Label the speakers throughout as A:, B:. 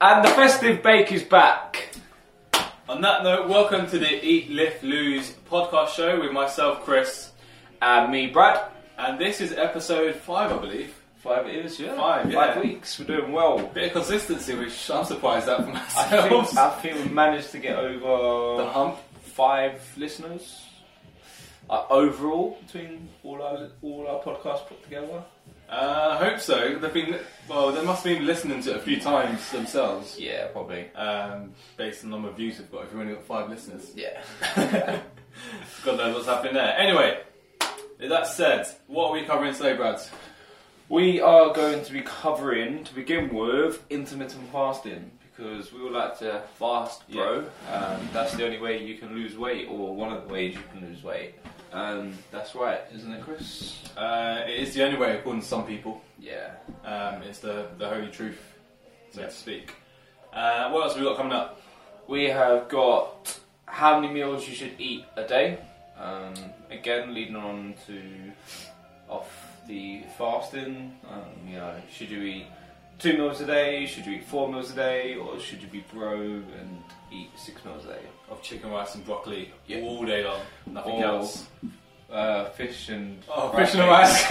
A: And the festive bake is back.
B: On that note, welcome to the Eat, Lift, Lose podcast show with myself, Chris.
A: And me, Brad.
B: And this is episode five, I believe.
A: Five it is, yeah.
B: Five, yeah.
A: Five weeks. We're doing well.
B: Bit of consistency, which I'm surprised at for
A: I
B: myself.
A: think, I think we've managed to get
B: the
A: over
B: hump.
A: five listeners uh, overall between all our all our podcasts put together.
B: Uh, I hope so. They've been, well, they must have been listening to it a few times themselves,
A: Yeah, probably.
B: um, based on the number of views we've got. If you've only got five listeners,
A: Yeah.
B: God knows what's happening there. Anyway, that said, what are we covering today, Brad?
A: We are going to be covering, to begin with, intermittent fasting because we all like to fast, bro. Um, that's the only way you can lose weight, or one of the ways you can lose weight. Um, that's right, isn't it, Chris?
B: Uh, it is the only way, according to some people.
A: Yeah.
B: Um, it's the, the holy truth, so
A: Yeah.
B: to speak. Uh, what else have we got coming up?
A: We have got how many meals you should eat a day. Um, again, leading on to off the fasting. Um, you know, should you eat two meals a day? Should you eat four meals a day? Or should you be bro and eat six meals a day?
B: Of chicken rice and broccoli
A: Yeah.
B: all day long, nothing
A: All
B: else.
A: Uh, fish and
B: Oh,
A: fried
B: fish and
A: eggs.
B: rice.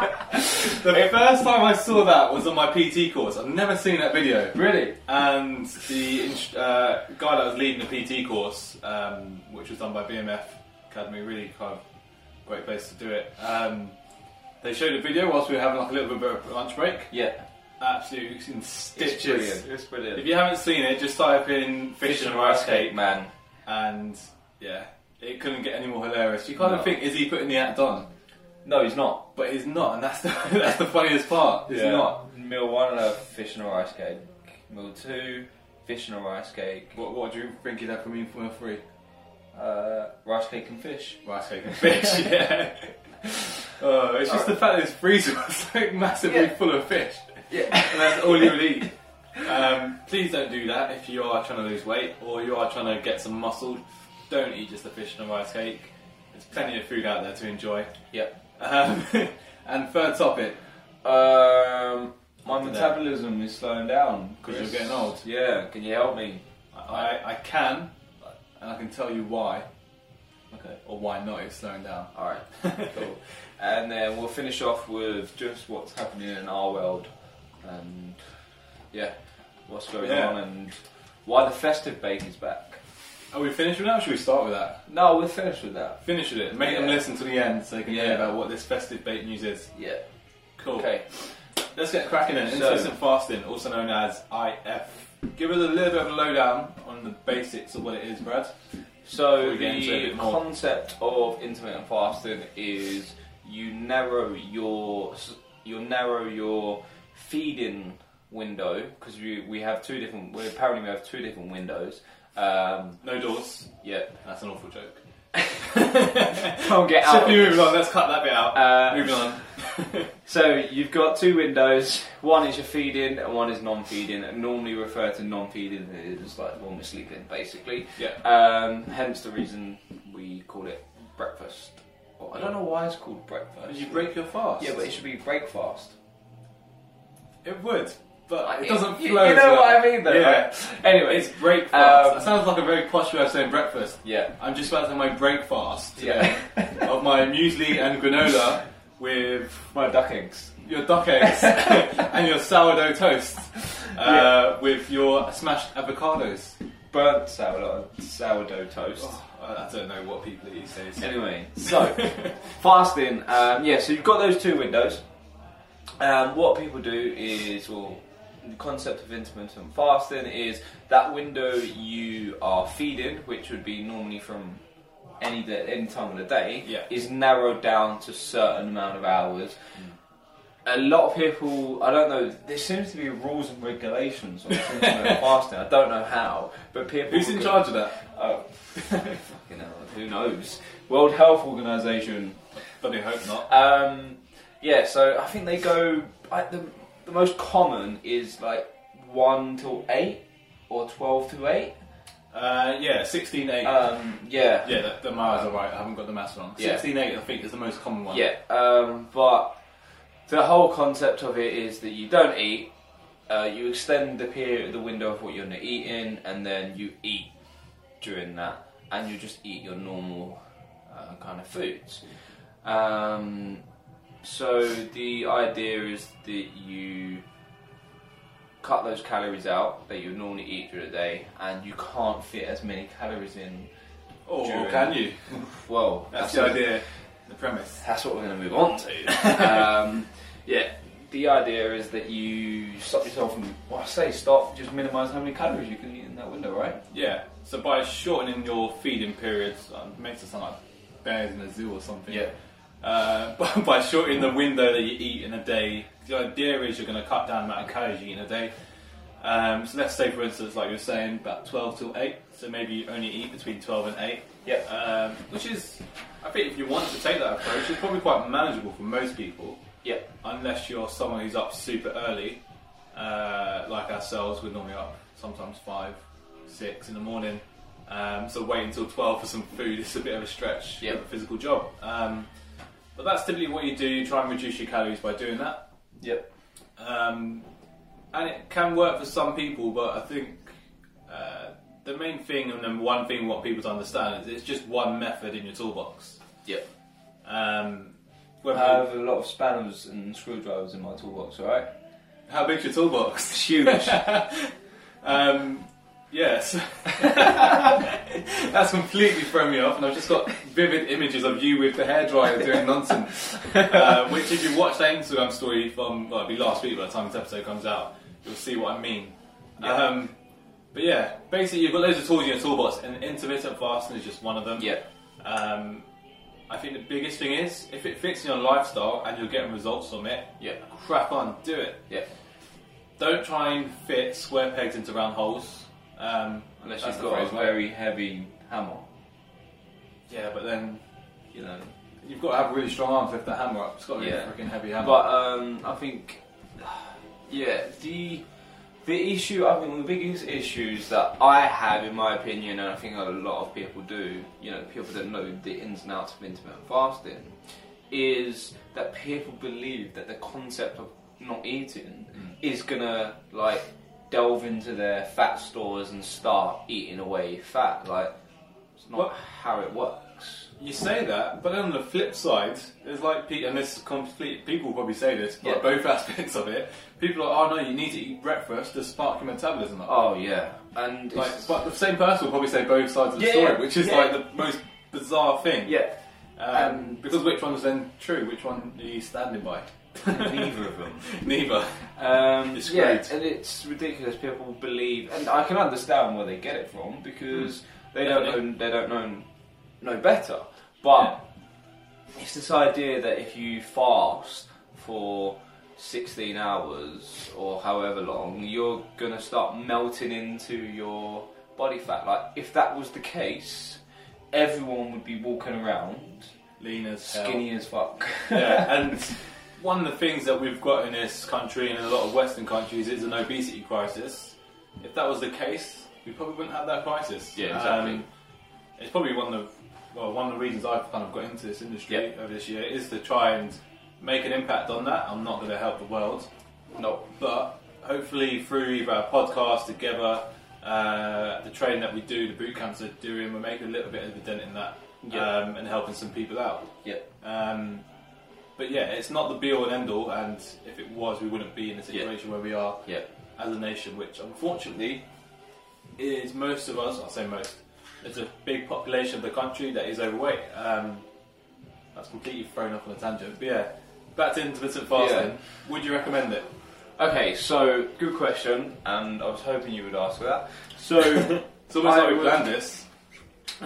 B: the first time I saw that was on my PT course. I've never seen that video.
A: really?
B: And the inst- uh, guy that was leading the PT course, um, which was done by BMF Academy, really kind of great place to do it. Um, they showed a video whilst we were having like a little bit of a lunch break.
A: Yeah.
B: Absolutely in
A: It's
B: stitches.
A: brilliant. It's brilliant.
B: If you haven't seen it, just type in fish, and rice cake,
A: man.
B: and yeah, it couldn't get any more hilarious. You kind
A: No.
B: of think, is he putting the act on?
A: No, he's not.
B: But he's not, and that's the that's the funniest part. It's not.
A: Meal one, a fish and a rice cake. Meal two, fish and a rice cake.
B: What what do you think he'd have for me for meal three?
A: Uh, rice cake and fish.
B: Rice cake and fish. yeah. Oh, it's just the fact that his freezer was like massively
A: Yeah.
B: full of fish,
A: Yeah.
B: and that's all you would eat. Um, please don't do that if you are trying to lose weight or you are trying to get some muscle. Don't eat just the fish and a rice cake. There's plenty of food out there to enjoy.
A: Yep.
B: Um, and third topic,
A: Um, my
B: After that.
A: metabolism is slowing down
B: 'Cause
A: Chris.
B: you're getting old.
A: Yeah. Can you help me?
B: I, I can, and I can tell you why,
A: Okay.
B: or why not, it's slowing down.
A: All right. cool. And then we'll finish off with just what's happening in our world, and yeah, what's going
B: Yeah.
A: on, and why the festive bake is back.
B: Are we finished with that, or should we start with that?
A: No, we're finished with that.
B: Finish with it. Make them
A: Yeah.
B: listen to the end so they can
A: Yeah.
B: hear about what this festive bait news is.
A: Yeah.
B: Cool.
A: Okay.
B: Let's get cracking then.
A: So-
B: Intermittent fasting, also known as IF. Give us a little bit of a lowdown on the basics of what it is, Brad.
A: So
B: Before we get into it a
A: the
B: bit more.
A: concept of intermittent fasting is you narrow your you narrow your feeding window because we we have two different well, apparently we have two different windows. Um,
B: No doors.
A: yeah,
B: That's an awful joke.
A: can't get
B: So
A: out.
B: if you moving on, let's cut that bit out.
A: Uh,
B: moving on.
A: so you've got two windows. One is your feeding, and one is non-feeding. And normally refer to non-feeding as like when we're sleeping, basically.
B: Yeah.
A: Um, hence the reason we call it breakfast. Well, I don't know why it's called breakfast.
B: You break your fast.
A: Yeah, but it should be breakfast.
B: It would, but it doesn't
A: You,
B: flow.
A: you
B: as
A: know
B: well.
A: what I mean, though.
B: Yeah.
A: Right? Anyway,
B: It's breakfast.
A: Um,
B: that sounds like a very posh way of saying breakfast.
A: yeah,
B: I'm just about to have my breakfast
A: yeah.
B: of my muesli and granola with
A: My duck eggs.
B: your duck eggs and your sourdough toast uh,
A: Yeah.
B: with your smashed avocados.
A: Burnt sourdough, sourdough toast.
B: Oh, I don't know what people eat these days.
A: Anyway, so fasting. Um, yeah, so you've got those two windows. Um, what people do is, well, the concept of intermittent fasting is that window you are feeding, which would be normally from any day, any time of the day,
B: Yeah.
A: is narrowed down to a certain amount of hours.
B: Hmm.
A: A lot of people, I don't know. There seems to be rules and regulations on intermittent fasting. I don't know how, but people.
B: Who's in
A: go-
B: charge of that?
A: Oh, fucking hell, who knows? World Health Organization.
B: Bloody hope not.
A: Um, yeah, so I think they go. Like, the, the most common is like 1 till 8 or 12 to 8.
B: Uh, yeah, 16 8.
A: Um, yeah.
B: yeah, the, the miles are right. I haven't got the maths wrong.
A: Yeah.
B: 16 8, I think, is the most common one.
A: Yeah, um, but the whole concept of it is that you don't eat uh, uh, you extend the period, the window of what you're gonna eat in, and then you eat during that, and you just eat your normal uh, kind of foods. Um, so the idea is that you cut those calories out that you would normally eat during the day, and you can't fit as many calories in.
B: Or
A: During-
B: Oh, can you?
A: Well,
B: That's the idea, the premise.
A: that's what we're going to move on to. um, yeah, the idea is that you stop yourself from. Well, I say stop, just minimise how many calories you can eat in that window, right?
B: Yeah. So by shortening your feeding periods, um, it makes it sound like bears in a zoo or something. Uh, by, by shortening the window that you eat in a day, the idea is you're going to cut down the amount of calories you eat in a day. Um, so let's say, for instance, like you were saying, about 12 till 8. So maybe you only eat between 12 and 8.
A: Yep.
B: Um, which is, I think, if you want to take that approach, it's probably quite manageable for most people,
A: Yep.
B: unless you're someone who's up super early, uh, like ourselves. We're normally up sometimes five, six in the morning. Um, so wait until twelve for some food is a bit of a stretch.
A: Yep.
B: for a physical job. Um, but that's typically what you do. You try and reduce your calories by doing that.
A: Yep.
B: Um, and it can work for some people, but I think uh, the main thing and the one thing we want people to understand is it's just one method in your toolbox.
A: Yep.
B: Um,
A: I
B: whether-
A: have a lot of spanners and screwdrivers in my toolbox, alright?
B: how big's your toolbox?
A: It's huge.
B: Um, yes. That's completely thrown me off, and I've just got vivid images of you with the hairdryer doing nonsense. Uh, which, if you watch that Instagram story from, well, it'll be last week by the time this episode comes out, you'll see what I mean. Um, but yeah, basically, you've got loads of tools in your toolbox, and intermittent fasting is just one of them.
A: yep.
B: Um, I think the biggest thing is if it fits in your lifestyle and you're getting results from it,
A: Yep.
B: crack on, do it.
A: Yep.
B: Don't try and fit square pegs into round holes. Um,
A: Unless
B: that's
A: you've
B: the
A: got a
B: phrase, right?
A: very heavy hammer,
B: Yeah, but then
A: you know.
B: you've got to have really strong arms to lift that hammer up. It's got to be
A: Yeah.
B: a freaking heavy hammer.
A: But um, I think, yeah, the the issue I think one of the biggest issues that I have, in my opinion, and I think a lot of people do, you know, people that know the ins and outs of intermittent fasting, is that people believe that the concept of not eating is gonna like delve into their fat stores and start eating away fat. Like, it's not
B: Well-
A: how it works.
B: you say that, but then on the flip side, there's like, pe- and this is complete, people will probably say this, but
A: Yeah.
B: both aspects of it, people are, oh no, you need to eat breakfast to spark your metabolism up.
A: Oh yeah, and it's-
B: Like, but the same person will probably say both sides of the
A: Yeah,
B: story,
A: yeah,
B: which is
A: yeah.
B: like the most bizarre thing.
A: yeah,
B: Um,
A: Um,
B: because which one's then true? Which one are you standing by?
A: neither of them.
B: Neither.
A: Um,
B: It's
A: yeah,
B: great.
A: and it's ridiculous. People believe, and I can understand where they get it from because they don't
B: Mm. Definitely.
A: know they don't know know better. But it's this idea that if you fast for 16 hours or however long, you're gonna start melting into your body fat. Like if that was the case, everyone would be walking around
B: Lean as hell.
A: skinny as fuck.
B: yeah, and one of the things that we've got in this country and in a lot of Western countries is an obesity crisis. If that was the case, we probably wouldn't have that crisis.
A: Yeah, exactly.
B: Um, it's probably one of the, well, one of the reasons I've kind of got into this industry
A: Yep.
B: over this year is to try and make an impact on that. I'm not going to help the world,
A: no,
B: but hopefully through either our podcast together, uh, the training that we do, the boot camps that we're doing, we're making a little bit of a dent in that
A: Yep.
B: um, and helping some people out.
A: yeah.
B: Um, but yeah, it's not the be all and end all, and if it was, we wouldn't be in the situation where we are
A: Yeah.
B: as a nation, which unfortunately is most of us, I'll say most, there's a big population of the country that is overweight. Um, that's completely thrown off on a tangent. But yeah, back to intermittent fasting. Would you recommend it?
A: Okay, so good question, and I was hoping you would ask that. So,
B: It's almost
A: I
B: like we
A: would-
B: planned this.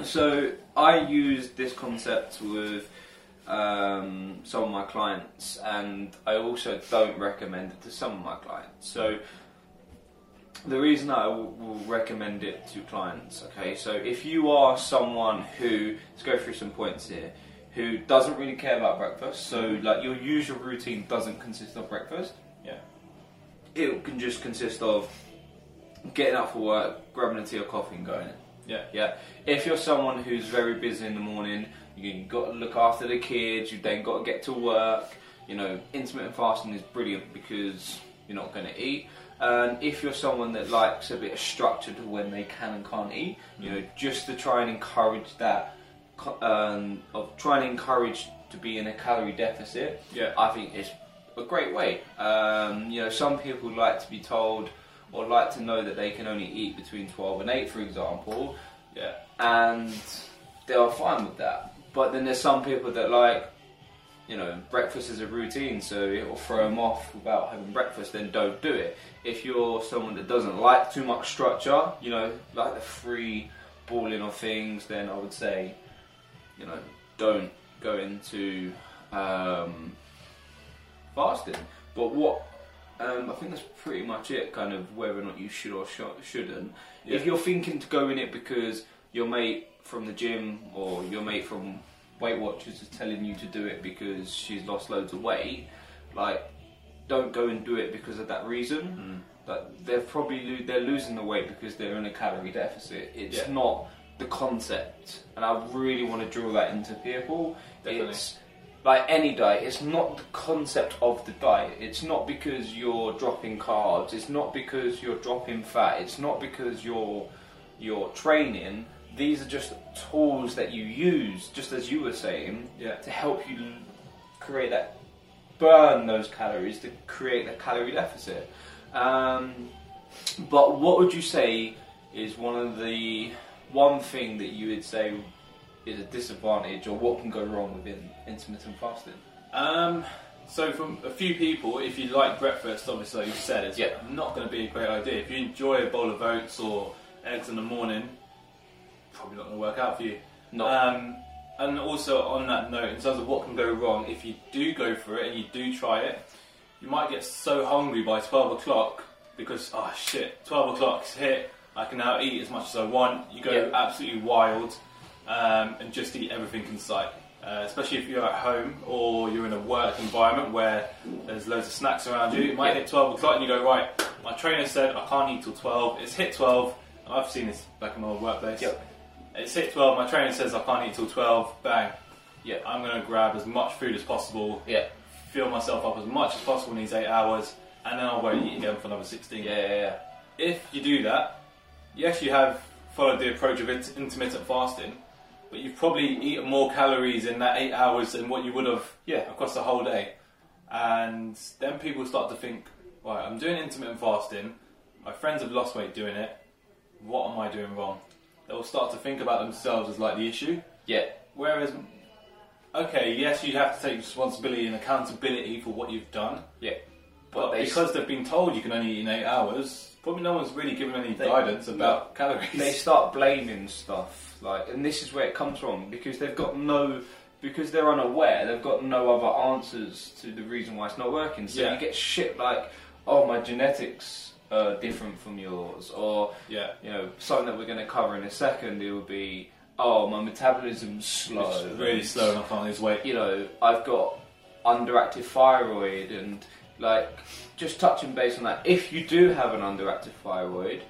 A: so I used this concept with um, some of my clients, and I also don't recommend it to some of my clients. So, the reason I w- will recommend it to clients, okay, so if you are someone who, let's go through some points here, who doesn't really care about breakfast, so like your usual routine doesn't consist of breakfast.
B: Yeah.
A: it can just consist of getting up for work, grabbing a tea or coffee, and going. in.
B: Yeah.
A: Yeah. If you're someone who's very busy in the morning, you got to look after the kids. You then got to get to work. You know, intermittent fasting is brilliant because you're not going to eat. And if you're someone that likes a bit of structure to when they can and can't eat, you know, just to try and encourage that, co- um, of trying to encourage to be in a calorie deficit,
B: Yeah.
A: I think it's a great way. Um, you know, some people like to be told or like to know that they can only eat between 12 and 8, for example,
B: Yeah.
A: and they are fine with that. But then there's some people that like, you know, breakfast is a routine, so it will throw them off without having breakfast, then don't do it. If you're someone that doesn't like too much structure, you know, like the free balling of things, then I would say, you know, don't go into um, fasting. But what um, I think that's pretty much it, kind of whether or not you should or sh- shouldn't. If
B: Yeah.
A: you're thinking to go in it because your mate from the gym or your mate from Weight Watchers is telling you to do it because she's lost loads of weight, like don't go and do it because of that reason.
B: Mm.
A: Like they're probably lo- they're losing the weight because they're in a calorie deficit. It's
B: Yeah.
A: not the concept, and I really want to drill that into people.
B: Definitely.
A: It's like any diet, it's not the concept of the diet. It's not because you're dropping carbs. It's not because you're dropping fat. It's not because you're you're training. These are just tools that you use, just as you were saying,
B: Yeah.
A: to help you create that burn those calories to create that calorie deficit. Um, but what would you say is one of the one thing that you would say is a disadvantage or what can go wrong within intermittent fasting?
B: Um, so from a few people, if you like breakfast, obviously like you said it's
A: Yeah.
B: not going to be a great idea. If you enjoy a bowl of oats or eggs in the morning, probably not going to work out for you.
A: No.
B: Um, and also on that note, in terms of what can go wrong, if you do go for it and you do try it, you might get so hungry by twelve o'clock because oh shit, twelve o'clock's hit. I can now eat as much as I want. You go
A: Yeah.
B: absolutely wild um, and just eat everything in sight. Uh, especially if you're at home or you're in a work environment where there's loads of snacks around you. It might
A: Yeah.
B: hit 12 o'clock and you go, right, my trainer said I can't eat till 12. It's hit 12. And I've seen this back in my old workplace.
A: Yep.
B: It's hit 12. My trainer says I can't eat till 12. Bang.
A: Yeah.
B: I'm going to grab as much food as possible,
A: Yeah.
B: fill myself up as much as possible in these eight hours, and then I won't eat again for another 16
A: Yeah, yeah, yeah.
B: if you do that, yes, you have followed the approach of int- intermittent fasting, but you've probably eaten more calories in that eight hours than what you would have
A: Yeah.
B: across the whole day. And then people start to think, right, I'm doing intermittent fasting, my friends have lost weight doing it, what am I doing wrong? They'll start to think about themselves as like the issue.
A: Yeah.
B: Whereas, okay, yes, you have to take responsibility and accountability for what you've done,
A: Yeah.
B: but
A: they
B: because they've been told you can only eat in eight hours, probably no one's really given any
A: They-
B: guidance about calories.
A: they start blaming stuff like and this is where it comes from because they've got no because they're unaware they've got no other answers to the reason why it's not working so
B: Yeah.
A: you get shit like oh my genetics are different from yours or
B: yeah.
A: you know something that we're going to cover in a second it would be oh my metabolism's slow
B: It's really slow and I can't lose weight.
A: you know, I've got underactive thyroid and like just touching base on that. If you do have an underactive thyroid,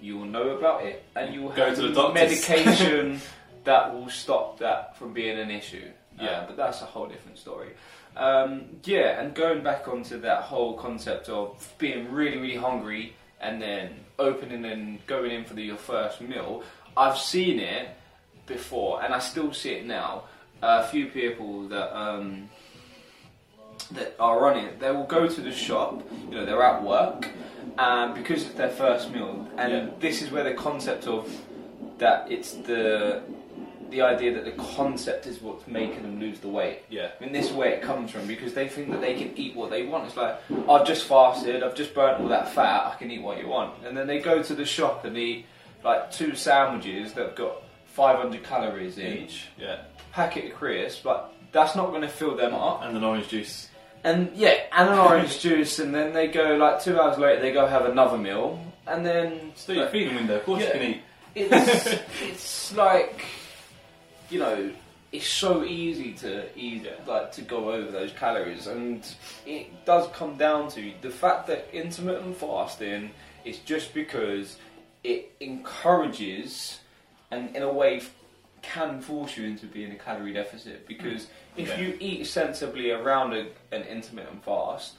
A: you will know about it and you will
B: Go
A: have
B: to the doctors.
A: medication that will stop that from being an issue.
B: Yeah.
A: Uh, but that's a whole different story. Um, yeah, and going back onto that whole concept of being really, really hungry and then opening and going in for the, your first meal, I've seen it before, and I still see it now. A few people that um, that are on it, they will go to the shop. You know, they're at work, and because it's their first meal, and
B: Yeah.
A: this is where the concept of that it's the the idea that the concept is what's making them lose the weight.
B: Yeah.
A: I mean, this is where it comes from because they think that they can eat what they want. It's like, I've just fasted, I've just burnt all that fat, I can eat what you want. And then they go to the shop and eat like two sandwiches that have got 500 calories each,
B: Yeah.
A: packet of crisps, but that's not going to fill them up.
B: And an orange juice.
A: And yeah, and an orange juice, and then they go like two hours later, they go have another meal, and then
B: Still your feeding window, of course
A: Yeah.
B: you can eat.
A: it's it's like you know it's so easy to eat like to go over those calories and it does come down to the fact that intermittent fasting is just because it encourages and in a way can force you into being a calorie deficit because if
B: Yeah.
A: you eat sensibly around a, an intermittent fast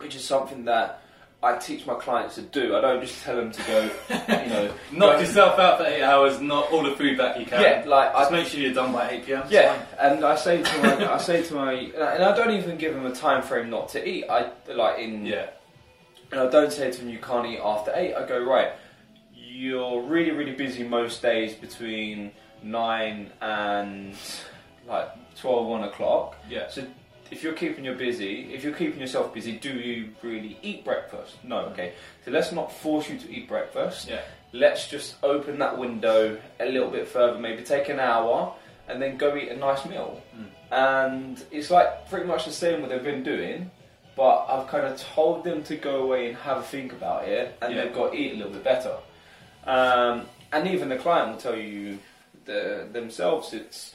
A: which is something that I teach my clients to do. I don't just tell them to go, you know,
B: Knock
A: go-
B: yourself out for eight hours, not all the food back you can.
A: yeah, like I
B: Just make sure you're done by 8 pm.
A: Yeah, and I say to my, I say to my, and I don't even give them a time frame not to eat. I like in,
B: Yeah.
A: and I don't say to them you can't eat after eight. I go right. You're really really busy most days between nine and like 12, 1 o'clock.
B: Yeah.
A: So if you're keeping you busy, if you're keeping yourself busy, do you really eat breakfast? No. Okay. So let's not force you to eat breakfast
B: Yeah.
A: let's just open that window a little bit further, maybe take an hour and then go eat a nice meal.
B: Mm.
A: And it's like pretty much the same what they've been doing, but I've kind of told them to go away and have a think about it, and
B: Yeah.
A: they've got to eat a little bit better. Um, and even the client will tell you the, themselves it's.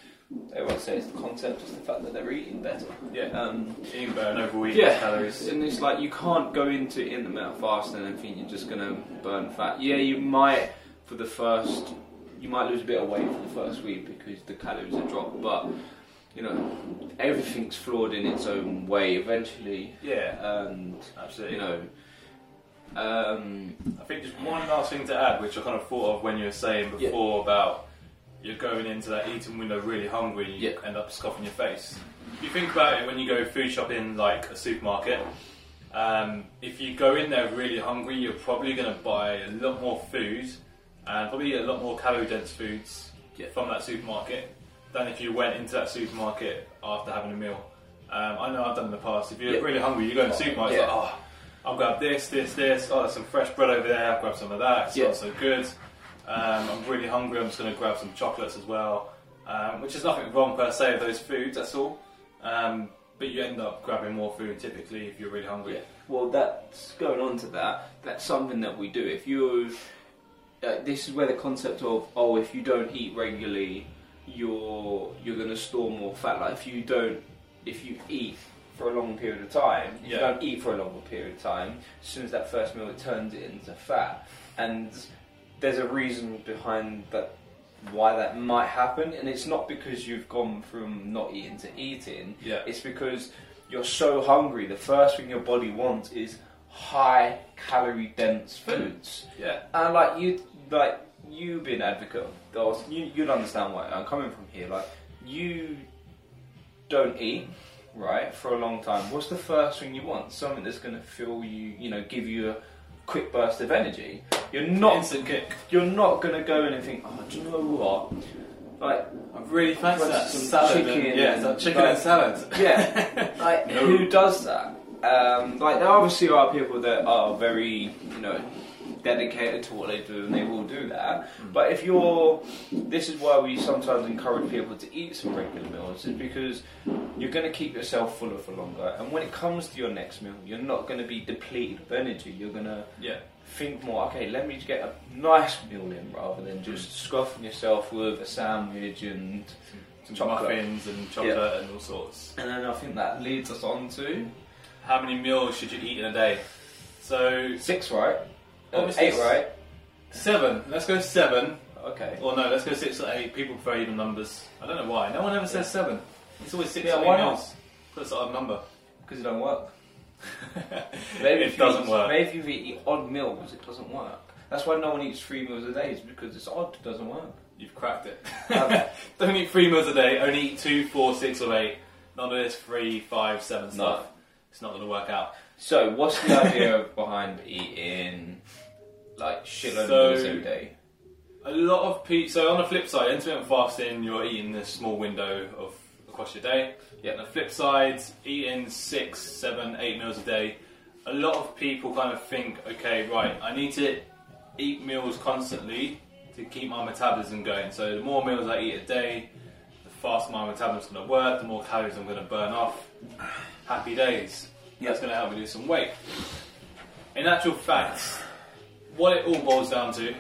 A: They won't say it's the concept, it's the fact that they're eating better.
B: Yeah.
A: Um,
B: Eating better and overeating
A: yeah,
B: calories.
A: and it's like you can't go into intermittent fasting and think you're just gonna burn fat. Yeah, you might for the first, you might lose a bit of weight for the first week because the calories are dropped, but you know everything's flawed in its own way eventually,
B: Yeah.
A: and
B: Absolutely.
A: you know, um,
B: I think just one last thing to add, which I kind of thought of when you were saying
A: Yeah.
B: before about you're going into that eating window really hungry and you
A: Yeah.
B: end up scoffing your face. If you think about it when you go food shopping, like a supermarket, um, if you go in there really hungry, you're probably going to buy a lot more food and probably a lot more calorie dense foods
A: Yeah.
B: from that supermarket than if you went into that supermarket after having a meal. Um, I know I've done in the past. If you're
A: Yeah.
B: really hungry, you go in the supermarket, it's
A: Yeah.
B: like, oh, I'll grab this, this, this. Oh, there's some fresh bread over there. I'll grab some of that. It's
A: Yeah.
B: not so good. Um, I'm really hungry. I'm just going to grab some chocolates as well, um, which is nothing wrong per se with those foods. That's all. Um, but you end up grabbing more food typically if you're really hungry.
A: Well, that's going on to that. That's something that we do. If you, uh, this is where the concept of oh, if you don't eat regularly, you're you're going to store more fat. Like if you don't, if you eat for a long period of time, if you
B: Yeah.
A: don't eat for a longer period of time, as soon as that first meal, it turns it into fat. And there's a reason behind that. Why that might happen, and it's not because you've gone from not eating to eating.
B: Yeah.
A: It's because you're so hungry. The first thing your body wants is high calorie dense foods.
B: Yeah.
A: And like you, like you being an advocate, of those, you you'd understand where I'm coming from here. Like you don't eat right for a long time. What's the first thing you want? Something that's going to fill you, you know, give you a quick burst of energy. You're not,
B: instant kick.
A: you're not going to go in and think, oh, do you know what? Like
B: I really fancy
A: Like
B: that
A: some
B: salad. and-
A: chicken
B: yeah,
A: and-
B: that chicken
A: like-
B: and salad.
A: Yeah, like
B: No.
A: who does that? Um, like there obviously are people that are very you know dedicated to what they do and they will do that. But if you're, this is why we sometimes encourage people to eat some regular meals is because you're going to keep yourself fuller for longer. And when it comes to your next meal, you're not going to be depleted of energy. You're going to
B: Yeah.
A: think more. Okay, let me get a nice meal in rather than just scoffing yourself with a sandwich and
B: Some
A: Chocolate.
B: muffins and chocolate and all sorts.
A: and then I think that leads us on to
B: How many meals should you eat in a day? So
A: Six, right? Uh,
B: Obviously
A: eight,
B: s-
A: right? Oh.
B: seven. Let's go seven.
A: Okay.
B: Or no, let's go six or eight. People prefer even numbers. I don't know why. No one ever says seven. It's always six
A: Yeah,
B: or eight
A: why not?
B: meals. That's an odd number.
A: Because it don't work.
B: it doesn't
A: you,
B: work.
A: Maybe if you eat odd meals, it doesn't work. That's why no one eats three meals a day, is because it's odd, it doesn't work.
B: You've cracked it.
A: Um,
B: don't eat three meals a day. Only eat two, four, six, or eight. None of this three, five, seven
A: No.
B: stuff. It's not going to work out.
A: so, what's the idea behind eating like shitload
B: So-
A: of meals every day?
B: A lot of people. So on the flip side, intermittent fasting, you're eating this small window of across your day.
A: Yeah.
B: On the flip side, eating six, seven, eight meals a day. A lot of people kind of think, okay, right, I need to eat meals constantly to keep my metabolism going. So the more meals I eat a day, the faster my metabolism's going to work, the more calories I'm going to burn off. Happy days.
A: Yeah.
B: That's going to help me lose some weight. In actual fact, what it all boils down to,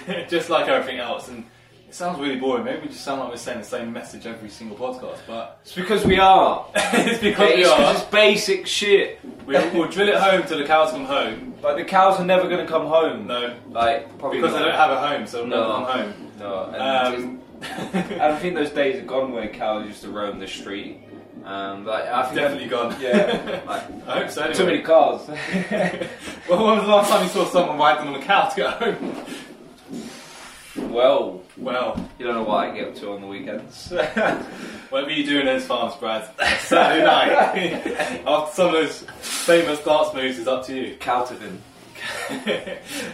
B: just like everything else, and it sounds really boring. Maybe we just sound like we're saying the same message every single podcast, but
A: It's because we are.
B: it's because we
A: it's, 'cause
B: are.
A: it's basic shit.
B: We'll, we'll drill it home till the cows come home.
A: Like, the cows are never going to come home.
B: No,
A: Like, probably
B: because
A: not.
B: they don't have a home, so
A: No.
B: no one home.
A: No, and it's-
B: Um,
A: And I think those days are gone where cows used to roam the street Um, like, I think
B: Definitely gone.
A: Yeah, like,
B: I hope so. Anyway.
A: too many cars.
B: Well, when was the last time you saw someone riding on a cow to go home?
A: well,
B: Well,
A: you don't know what I get up to on the weekends.
B: whatever you do in those farms, Brad, Saturday night, after some of those famous dance moves, is up to you.
A: Caltivin.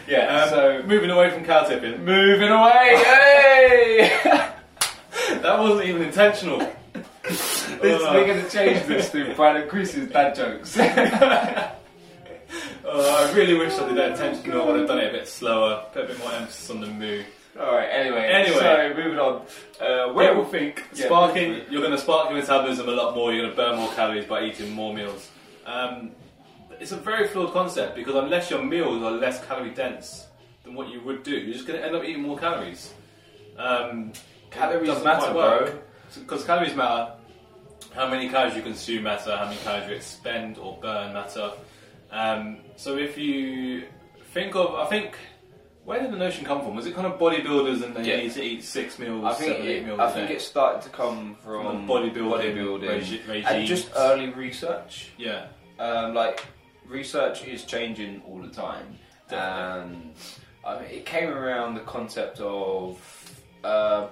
B: yeah, um,
A: so-
B: moving away from cow tipping.
A: Moving away, hey!
B: That wasn't even intentional.
A: this, we're going to change this to Brad and Chris's dad jokes.
B: Oh, I really wish I did that intentional. I would have done it a bit slower, put a bit more emphasis on the moo.
A: Alright, anyway.
B: Anyway.
A: So, moving on. Uh, werewolf
B: Werewolf
A: Inc. Yeah,
B: sparking,
A: werewolf
B: you're going to spark your metabolism a lot more. You're going to burn more calories by eating more meals. Um, it's a very flawed concept because unless your meals are less calorie dense than what you would do, you're just going to end up eating more calories. Um,
A: Calories matter, bro.
B: Because calories matter. How many calories you consume matter. How many calories you expend or burn matter. Um, so if you think of, I think. Where did the notion come from? Was it kind of bodybuilders and they
A: Yeah.
B: need to eat six meals,
A: I think,
B: seven, eight
A: it,
B: meals?
A: I
B: a
A: think
B: day?
A: it started to come from
B: From bodybuilding,
A: bodybuilding,
B: regi-
A: and just
B: regimes.
A: early research.
B: Yeah.
A: Um, like research is changing all the time, and I mean, it came around the concept of um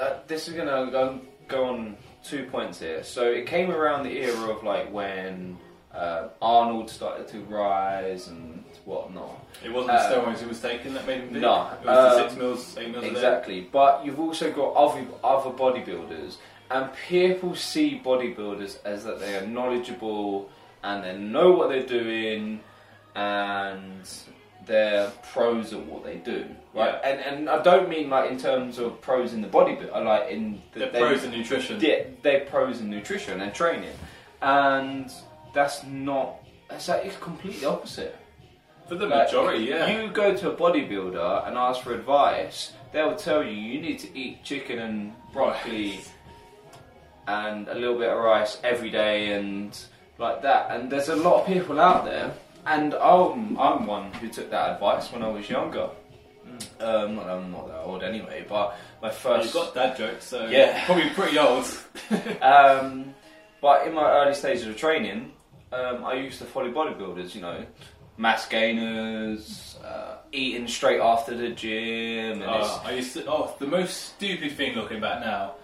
A: uh, this is gonna go, go on two points here. So it came around the era of like when uh, Arnold started to rise and whatnot.
B: It wasn't the
A: Uh,
B: steroids he was taking that made him big.
A: no,
B: it was the
A: um,
B: six mils, eight mils a day.
A: Exactly, but you've also got other other bodybuilders, and people see bodybuilders as that they are knowledgeable and they know what they're doing, and they're pros at what they do, right?
B: Yeah.
A: And and I don't mean like in terms of pros in the bodybuilding, like in the,
B: They're
A: they-
B: pros in nutrition.
A: yeah, they're pros in nutrition and training, and that's not. It's like it's completely opposite.
B: For the
A: Like,
B: majority, yeah.
A: Uh, You go to a bodybuilder and ask for advice, they'll tell you you need to eat chicken and broccoli and a little bit of rice every day and like that. And there's a lot of people out there, and I'm, I'm one who took that advice when I was younger. Um, well, I'm not that old anyway, but my
B: Well,
A: first.
B: Mm. You've got dad jokes, so
A: Yeah.
B: probably pretty old.
A: Um, but in my early stages of training, um, I used to follow bodybuilders, you know, mass gainers, uh, eating straight after the gym, and
B: Uh, I used to, oh, the most stupid thing looking back now.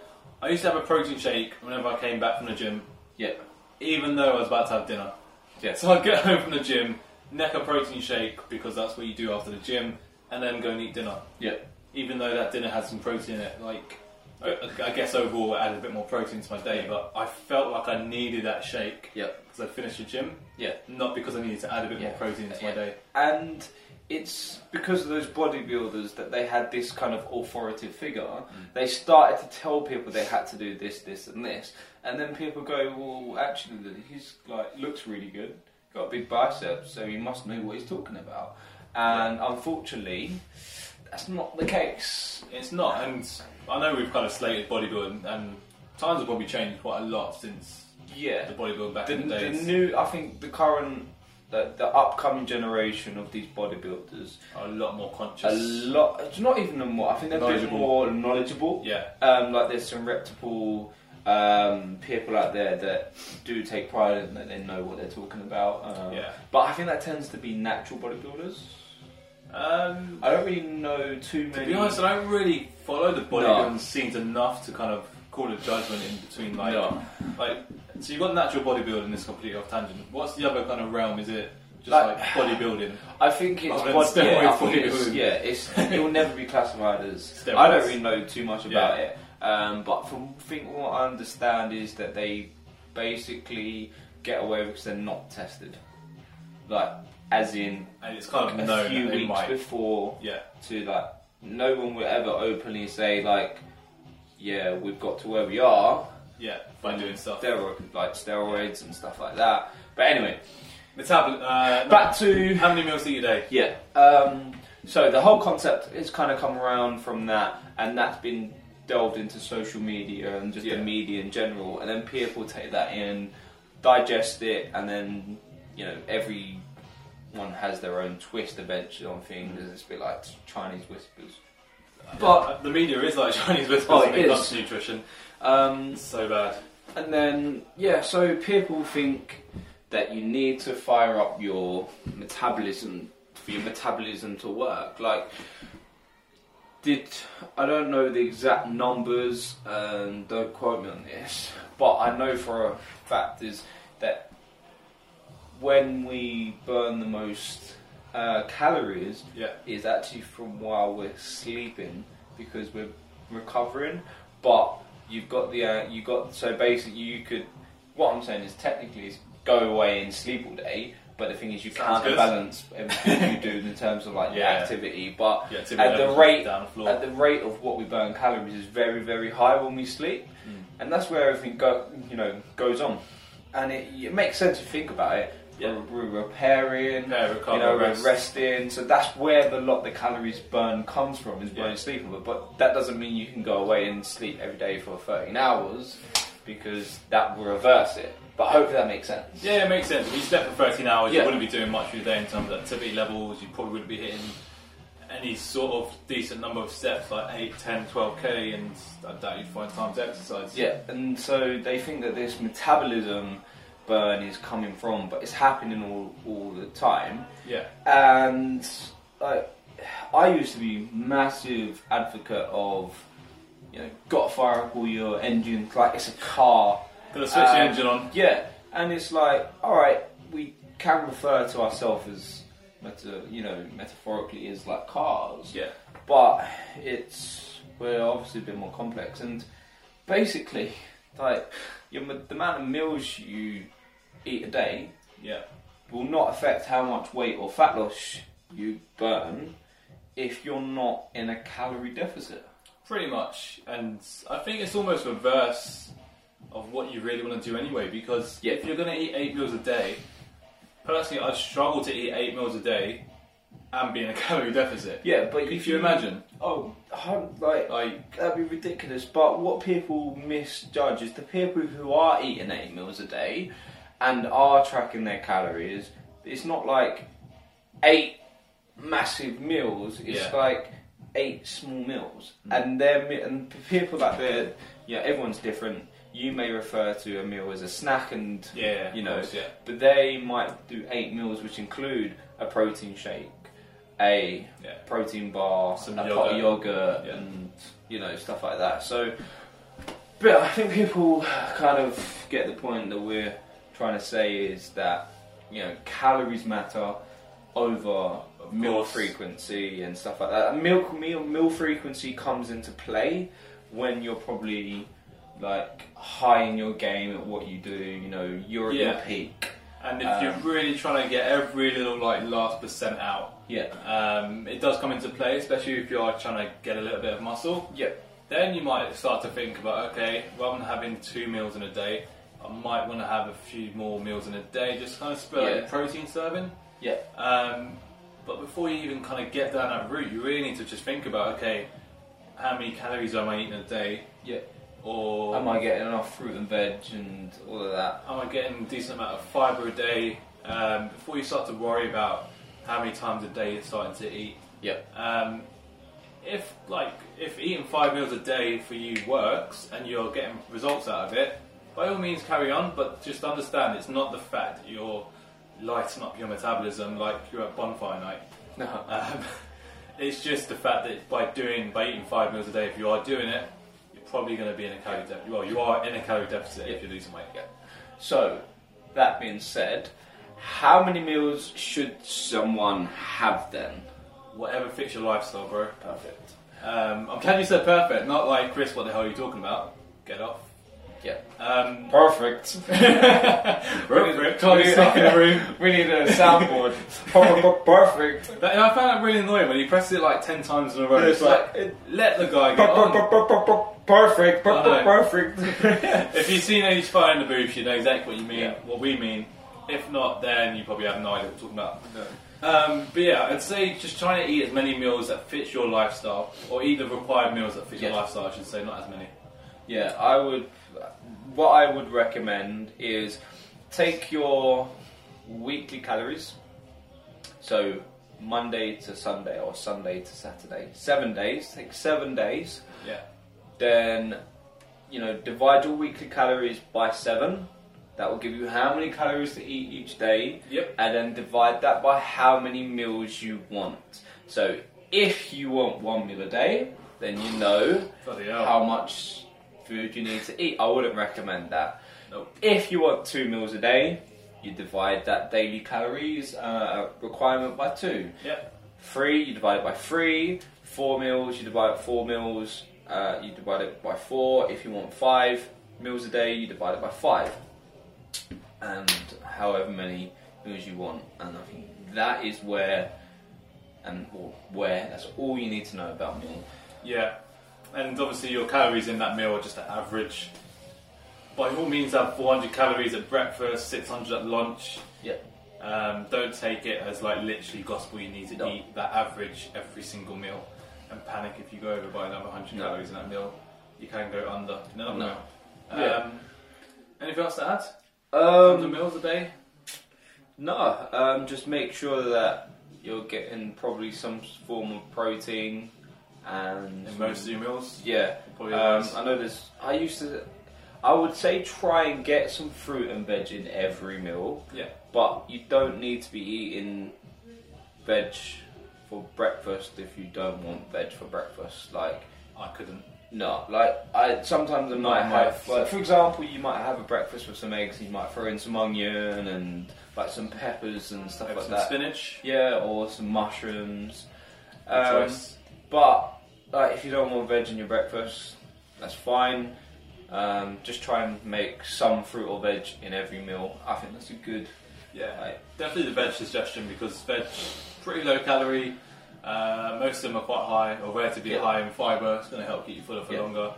B: I used to have a protein shake whenever I came back from the gym,
A: it's, yeah,
B: even though I was about to have dinner.
A: yeah.
B: So I'd get home from the gym, neck a protein shake because that's what you do after the gym, and then go and eat dinner.
A: yeah.
B: even though that dinner had some protein in it, like I I guess overall it added a bit more protein to my day, but I felt like I needed that shake
A: Yeah.
B: because I finished the gym,
A: Yeah.
B: not because I needed to add a bit
A: Yeah.
B: more protein to my
A: Yeah.
B: day.
A: And it's because of those bodybuilders that they had this kind of authoritative figure.
B: Mm.
A: They started to tell people they had to do this, this, and this, and then people go, "Well, actually, he's like looks really good, got a big bicep, so he must know what he's talking about." And unfortunately, that's not the case.
B: It's not, and I know we've kind of slated bodybuilding, and times have probably changed quite a lot since the
A: Yeah,
B: bodybuilding back
A: the,
B: in the
A: the
B: days.
A: new, I think, the current, the, the upcoming generation of these bodybuilders,
B: are a lot more conscious.
A: a lot, it's not even a more. I think they're a bit
B: Knowledgeable.
A: more knowledgeable.
B: yeah,
A: um, like there's some reputable um, people out there that do take pride in that they know what they're talking about. Um,
B: yeah.
A: But I think that tends to be natural bodybuilders.
B: Um,
A: I don't really know too
B: To
A: many.
B: be honest, I don't really follow the bodybuilding scenes enough to kind of call a judgment in between. Like,
A: No.
B: like so you've got natural bodybuilding. This completely off tangent. What's the other kind of realm? Is it just
A: Like-
B: like, bodybuilding?
A: I think it's
B: Other than
A: bod- yeah, I
B: steroid
A: think it's,
B: bodybuilding.
A: yeah, it's it will never be classified as.
B: Steroids.
A: I don't really know too much about it. Um, but from think what I understand is that they basically get away because they're not tested, like as in
B: And it's kind of
A: a
B: known
A: few
B: that they
A: weeks
B: might.
A: before
B: Yeah,
A: to like no one will ever openly say like yeah we've got to where we are
B: yeah, by doing stuff.
A: steroid, like steroids and stuff like that but anyway
B: Metabol- uh, no,
A: back to
B: how many meals do you eat a day?
A: yeah um, so the whole concept has kind of come around from that and that's been delved into social media and just
B: Yeah.
A: the media in general and then people take that in digest it and then you know everyone has their own twist eventually on things. It's a bit like Chinese whispers. But-
B: the Uh, media is like Chinese whispers
A: Oh,
B: when
A: it
B: it comes
A: is.
B: to nutrition.
A: Um,
B: It's so bad.
A: And then, yeah, so people think that you need to fire up your metabolism for your metabolism to work. Like, did I don't know the exact numbers, and don't quote me on this, but I know for a fact is that when we burn the most uh, calories
B: Yeah.
A: is actually from while we're sleeping because we're recovering. But you've got the uh, you got so basically you could. What I'm saying is technically is go away and sleep all day. But the thing is, you
B: Sounds
A: can't
B: good.
A: balance everything you do in terms of like your
B: Yeah.
A: activity. But
B: Yeah, to be
A: at the
B: levels
A: rate
B: down the floor.
A: at the rate of what we burn calories is very very high when we sleep,
B: Mm.
A: and that's where everything go you know goes on, and it, it makes sense to think about it.
B: Yeah.
A: We're, we're repairing,
B: Yeah, recover,
A: you know,
B: rest.
A: we're resting, so that's where the lot the calories burn comes from is when
B: Yeah.
A: you're sleeping. But, but that doesn't mean you can go away and sleep every day for 13 hours because that will reverse it. But hopefully that makes sense.
B: Yeah, it makes sense. If you slept for 13 hours,
A: Yeah.
B: you wouldn't be doing much with your day in terms of activity levels. You probably wouldn't be hitting any sort of decent number of steps, like 8, 10, 12k, and I doubt you'd find time to exercise.
A: Yeah, and so they think that this metabolism burn is coming from, but it's happening all, all the time.
B: Yeah.
A: And like, I used to be massive advocate of, you know, got to fire up all your engines like it's a car.
B: Gonna switch the
A: Um,
B: engine on.
A: Yeah, and it's like, all right, we can refer to ourselves as, meta, you know, metaphorically as like cars,
B: Yeah.
A: but it's we're obviously a bit more complex. And basically, like your, m- the amount of meals you eat a day
B: Yeah.
A: will not affect how much weight or fat loss you burn if you're not in a calorie deficit.
B: Pretty much. And I think it's almost reverse of what you really want to do anyway, because
A: Yeah.
B: if you're going to eat eight meals a day, personally, I struggle to eat eight meals a day and be in a calorie deficit.
A: Yeah, but
B: If you imagine,
A: oh, hun- like
B: like,
A: That'd be ridiculous. But what people misjudge is the people who are eating eight meals a day and are tracking their calories. It's not like eight massive meals. It's
B: Yeah. Mm.
A: like eight small meals, and they're mi- and p- people like they're yeah. Everyone's different. You may refer to a meal as a snack, and
B: yeah,
A: You
B: of
A: know,
B: course, yeah.
A: but they might do eight meals, which include a protein shake, a
B: Yeah.
A: protein bar,
B: Some
A: a
B: yogurt.
A: pot of yogurt,
B: Yeah.
A: and you know stuff like that. So, but I think people kind of get the point that we're trying to say is that you know calories matter over
B: Of
A: meal
B: course.
A: frequency and stuff like that. And meal meal meal frequency comes into play when you're probably like high in your game at what you do. You know, you're at
B: Yeah.
A: your peak.
B: And if
A: Um,
B: you're really trying to get every little like last percent out,
A: Yeah.
B: um, it does come into play, especially if you are trying to get a little bit of muscle.
A: Yeah.
B: Then you might start to think about okay, rather than having two meals in a day, I might want to have a few more meals in a day, just kind of spread out
A: Yeah.
B: your protein serving.
A: Yeah.
B: Um, but before you even kind of get down that route, you really need to just think about okay, how many calories am I eating a day,
A: Yeah.
B: or
A: Am I getting enough fruit and veg and all of that?
B: am I getting a decent amount of fibre a day? Um, before you start to worry about how many times a day you're starting to eat,
A: Yeah.
B: um, if like if eating five meals a day for you works and you're getting results out of it, by all means carry on. But just understand it's not the fact that you're lighting up your metabolism like you're at bonfire night.
A: No.
B: Um, it's just the fact that by doing by eating five meals a day, if you are doing it, you're probably going to be in a calorie deficit. Well, you are in a calorie deficit if you're losing weight.
A: So, that being said, how many meals should someone have then?
B: Whatever fits your lifestyle, bro.
A: Perfect.
B: Um, I'm glad you said perfect, not like Chris. What the hell are you talking about? Get off.
A: Yeah.
B: Um,
A: Uh, Perfect.
B: Rip, rip, can't be stuck in a room.
A: We need a soundboard. Perfect.
B: That, and I found that really annoying when he presses it like ten times in a row.
A: It's
B: It's like,
A: like-
B: let the guy get on.
A: Perfect.
B: I know.
A: Perfect.
B: If you've seen any fire in the booth, you know exactly what you mean,
A: Yeah.
B: what we mean. If not, then you probably have no idea what we're talking about. Um, but yeah, I'd say just trying to eat as many meals that fits your lifestyle, or eat the required meals that fit your
A: Yeah.
B: lifestyle. I should say, not as many.
A: Yeah, I would. What I would recommend is take your weekly calories. So Monday to Sunday or Sunday to Saturday, seven days. Take seven days.
B: Yeah,
A: Then you know, divide your weekly calories by seven. That will give you how many calories to eat each day,
B: Yep.
A: and then divide that by how many meals you want. So if you want one meal a day, then you know
B: Bloody hell.
A: how much food you need to eat. I wouldn't recommend that.
B: Nope.
A: If you want two meals a day, you divide that daily calories uh, requirement by two.
B: Yep.
A: Three, you divide it by three. Four meals, you divide it four meals. Uh, you divide it by four. If you want five meals a day, you divide it by five. And however many meals you want. And I think that is where, and or where, that's all you need to know about meal.
B: Yeah. And obviously your calories in that meal are just an average. By all means, have 400 calories at breakfast, 600 at lunch.
A: Yeah.
B: Um, don't take it as like literally gospel. You need to
A: No.
B: eat that average every single meal, and panic if you go over by another 100
A: No.
B: calories in that meal. You can go under in another
A: No.
B: meal. Um,
A: Yeah.
B: Anything else to add?
A: Um,
B: 100 meals a day.
A: No, um, just make sure that you're getting probably some form of protein and
B: In most of your meals.
A: yeah.
B: Probably
A: Um,
B: those.
A: I know there's. I used to. I would say try and get some fruit and veg in every meal,
B: yeah.
A: but you don't need to be eating veg for breakfast if you don't want veg for breakfast. Like
B: I couldn't.
A: no, like I sometimes I might
B: Not
A: have.
B: much.
A: Like, for example, you might have a breakfast with some eggs. You might throw in some onion and like some peppers and stuff
B: Have
A: like
B: some
A: that.
B: spinach.
A: Yeah, or some mushrooms.
B: Good
A: Um,
B: choice.
A: but like, if you don't want veg in your breakfast, that's fine. Um, just try and make some fruit or veg in every meal. I think that's a good.
B: Yeah.
A: Like,
B: Definitely the veg suggestion because veg pretty low calorie. Uh, most of them are quite high or relatively
A: Yeah.
B: high in fibre. It's going to help keep you fuller for
A: Yeah.
B: longer.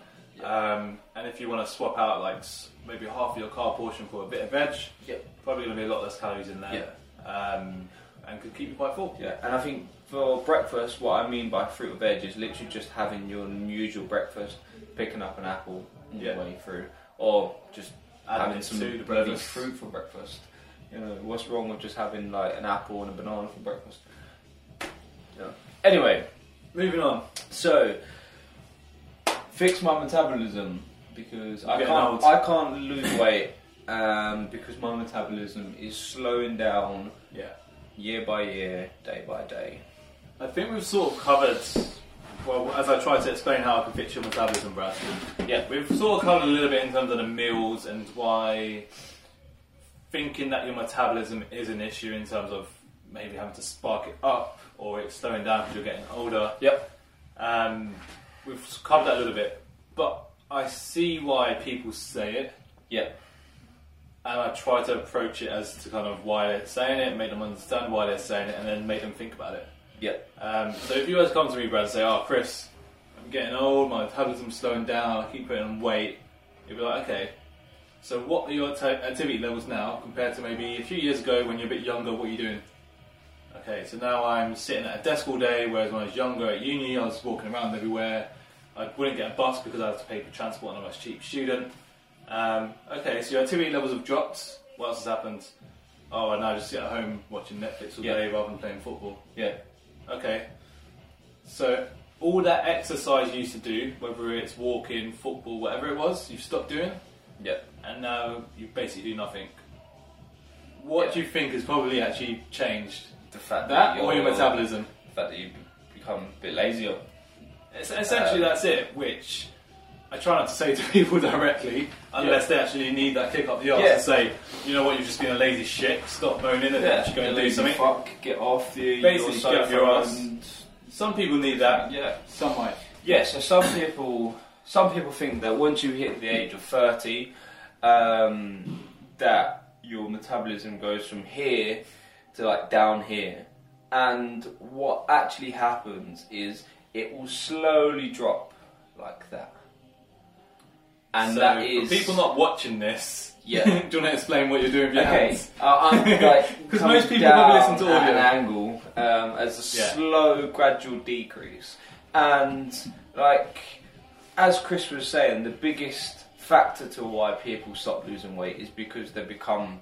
B: Um, and if you want to swap out like s- maybe half of your carb portion for a bit of veg,
A: Yeah.
B: probably going to be a lot less calories in there. Um, and could keep you quite full.
A: yeah, and I think for breakfast, what I mean by fruit or veg is literally just having your usual breakfast, picking up an apple all
B: Yeah.
A: the way through, or just
B: Adding
A: having some
B: to the
A: bloody
B: breakfast.
A: fruit for breakfast. You know, what's wrong with just having like an apple and a banana for breakfast? Yeah. Anyway,
B: Moving on.
A: So, fix my metabolism because I
B: You're getting
A: can't.
B: old.
A: I can't lose weight um, because my metabolism is slowing down
B: Yeah.
A: year by year, day by day.
B: I think we've sort of covered. Well, as I tried to explain how I can fix your metabolism, Brad.
A: Yeah.
B: We've sort of covered a little bit in terms of the meals and why thinking that your metabolism is an issue in terms of maybe having to spark it up or it's slowing down because you're getting older.
A: Yep.
B: Um, we've covered that a little bit, but I see why people say it
A: Yep.
B: and I try to approach it as to kind of why they're saying it, make them understand why they're saying it, and then make them think about it.
A: Yep.
B: Um, so if you guys come to me, Brad, and say, "Oh, Chris, I'm getting old. My metabolism's slowing down. I keep putting on weight," you'd be like, "Okay, so what are your t- activity levels now compared to maybe a few years ago when you're a bit younger? What are you doing?" Okay, so now I'm sitting at a desk all day, whereas when I was younger at uni, I was walking around everywhere. I wouldn't get a bus because I had to pay for transport and I was a cheap student. Um, okay, so your activity levels have dropped. What else has happened? Oh, and I just sit at home watching Netflix all
A: Yeah.
B: day rather than playing football.
A: Yeah.
B: Okay. So all that exercise you used to do, whether it's walking, football, whatever it was, you've stopped doing,
A: Yep.
B: and now you basically do nothing. What
A: Yeah.
B: do you think has probably actually changed?
A: The fact
B: That or
A: you're-
B: your metabolism?
A: The fact that you become a bit lazier.
B: Es- essentially,
A: Uh,
B: that's it. Which I try not to say to people directly, unless they actually need that kick up the arse
A: Yeah.
B: to say, you know what, you've just been a lazy shit. Stop moaning and actually go and do something.
A: Fuck. Get off the
B: Basically,
A: your
B: get off your
A: sofa
B: ass.
A: and-
B: Some people need that.
A: Yeah.
B: Some might.
A: Yeah, so some people some people think that once you hit the age of thirty, um, that your metabolism goes from here to like down here, and what actually happens is it will slowly drop like that, and
B: so,
A: that
B: for
A: is
B: people not watching this.
A: Yeah.
B: do you want to explain what you're doing with your
A: okay.
B: hands?
A: Uh, I'm like
B: 'Cause
A: coming
B: most people
A: down
B: probably listen to
A: at
B: audio.
A: an angle um, as a
B: Yeah.
A: slow, gradual decrease, and like as Chris was saying, the biggest factor to why people stop losing weight is because they become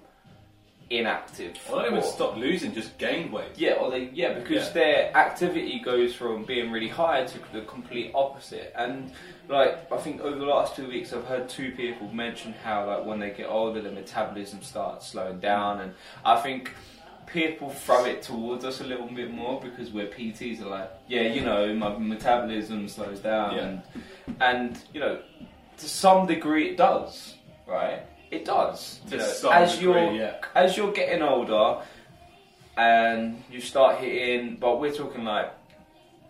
A: inactive.
B: I don't even
A: or-
B: stop losing, just gain weight.
A: Yeah, or they yeah because
B: Yeah.
A: their activity goes from being really high to the complete opposite. And like I think over the last two weeks, I've heard two people mention how like when they get older, their metabolism starts slowing down, and I think. People throw it towards us a little bit more because we're PTs are like, yeah, you know, my metabolism slows down,
B: Yeah.
A: and, and you know, to some degree it does, right? It does.
B: To
A: You know,
B: some
A: as
B: degree,
A: you're
B: yeah.
A: as you're getting older and you start hitting, but we're talking like